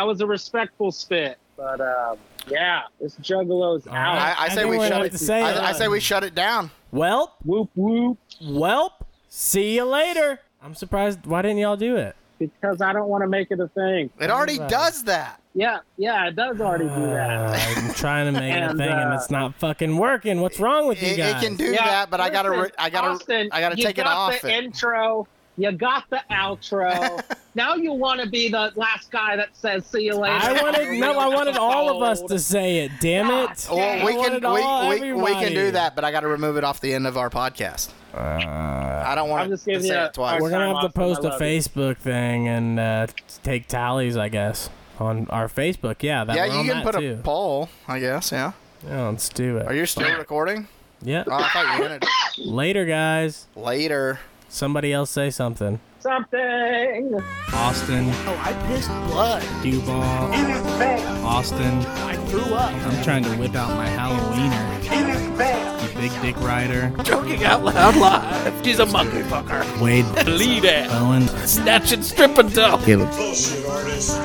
D: was a respectful spit. But um, yeah, this juggalo's out.
E: I, I
C: I
E: say
C: think
E: we
C: we
E: shut
C: have
E: it.
C: to say it.
E: I, I say we shut it down.
C: Welp.
D: whoop whoop.
C: Welp. See you later. I'm surprised. Why didn't y'all do it?
D: Because I don't want to make it a thing.
E: It already does that.
D: Yeah, yeah, it does already do
C: Uh,
D: that.
C: I'm trying to make it a
D: And,
C: thing and
D: uh,
C: it's not fucking working. What's wrong with you
E: It, it
C: guys?
E: can do
D: Yeah,
E: that, but I gotta,
D: listen,
E: re- I gotta,
D: Austin,
E: I gotta
D: you
E: take it
D: got
E: off.
D: The
E: it.
D: intro. You got the outro. now you want to be the last guy that says "see you later."
C: I wanted no. I wanted all of us to say it. Damn it.
E: Well, we
C: I wanted all-
E: can we, we, we can
C: everybody.
E: do that, but I got to remove it off the end of our podcast. I don't
D: I'm
E: want to
D: just giving
E: say
D: you a-
E: it twice.
C: We're gonna have to
D: Austin, I
C: post a
D: love you.
C: Facebook thing and uh, take tallies, I guess, on our Facebook. Yeah, that,
E: Yeah,
C: we're on
E: you can
C: that
E: put
C: too.
E: a poll, I guess. Yeah.
C: yeah, let's do
E: Are
C: it.
E: you still recording?
C: Yeah,
E: Oh, I thought you ended it.
C: later, guys.
E: later.
C: Somebody else say something.
D: something.
H: Austin,
E: Oh, I pissed blood.
H: Duval,
B: In his bed,
H: Austin.
E: I threw up.
H: I'm trying to whip out my Halloweener,
B: in his bed.
H: you big dick rider.
I: Joking out loud live. She's a motherfucker.
H: Wade
I: Lead ass.
H: Bowen.
I: Snatch and strip and tell.
J: I'm getting us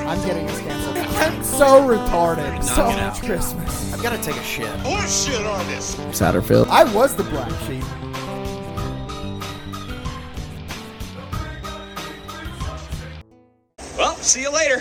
J: canceled. I'm so retarded. So much Christmas.
E: I've got to take a shit.
J: Satterfield. I was the black sheep.
F: Well, see you later.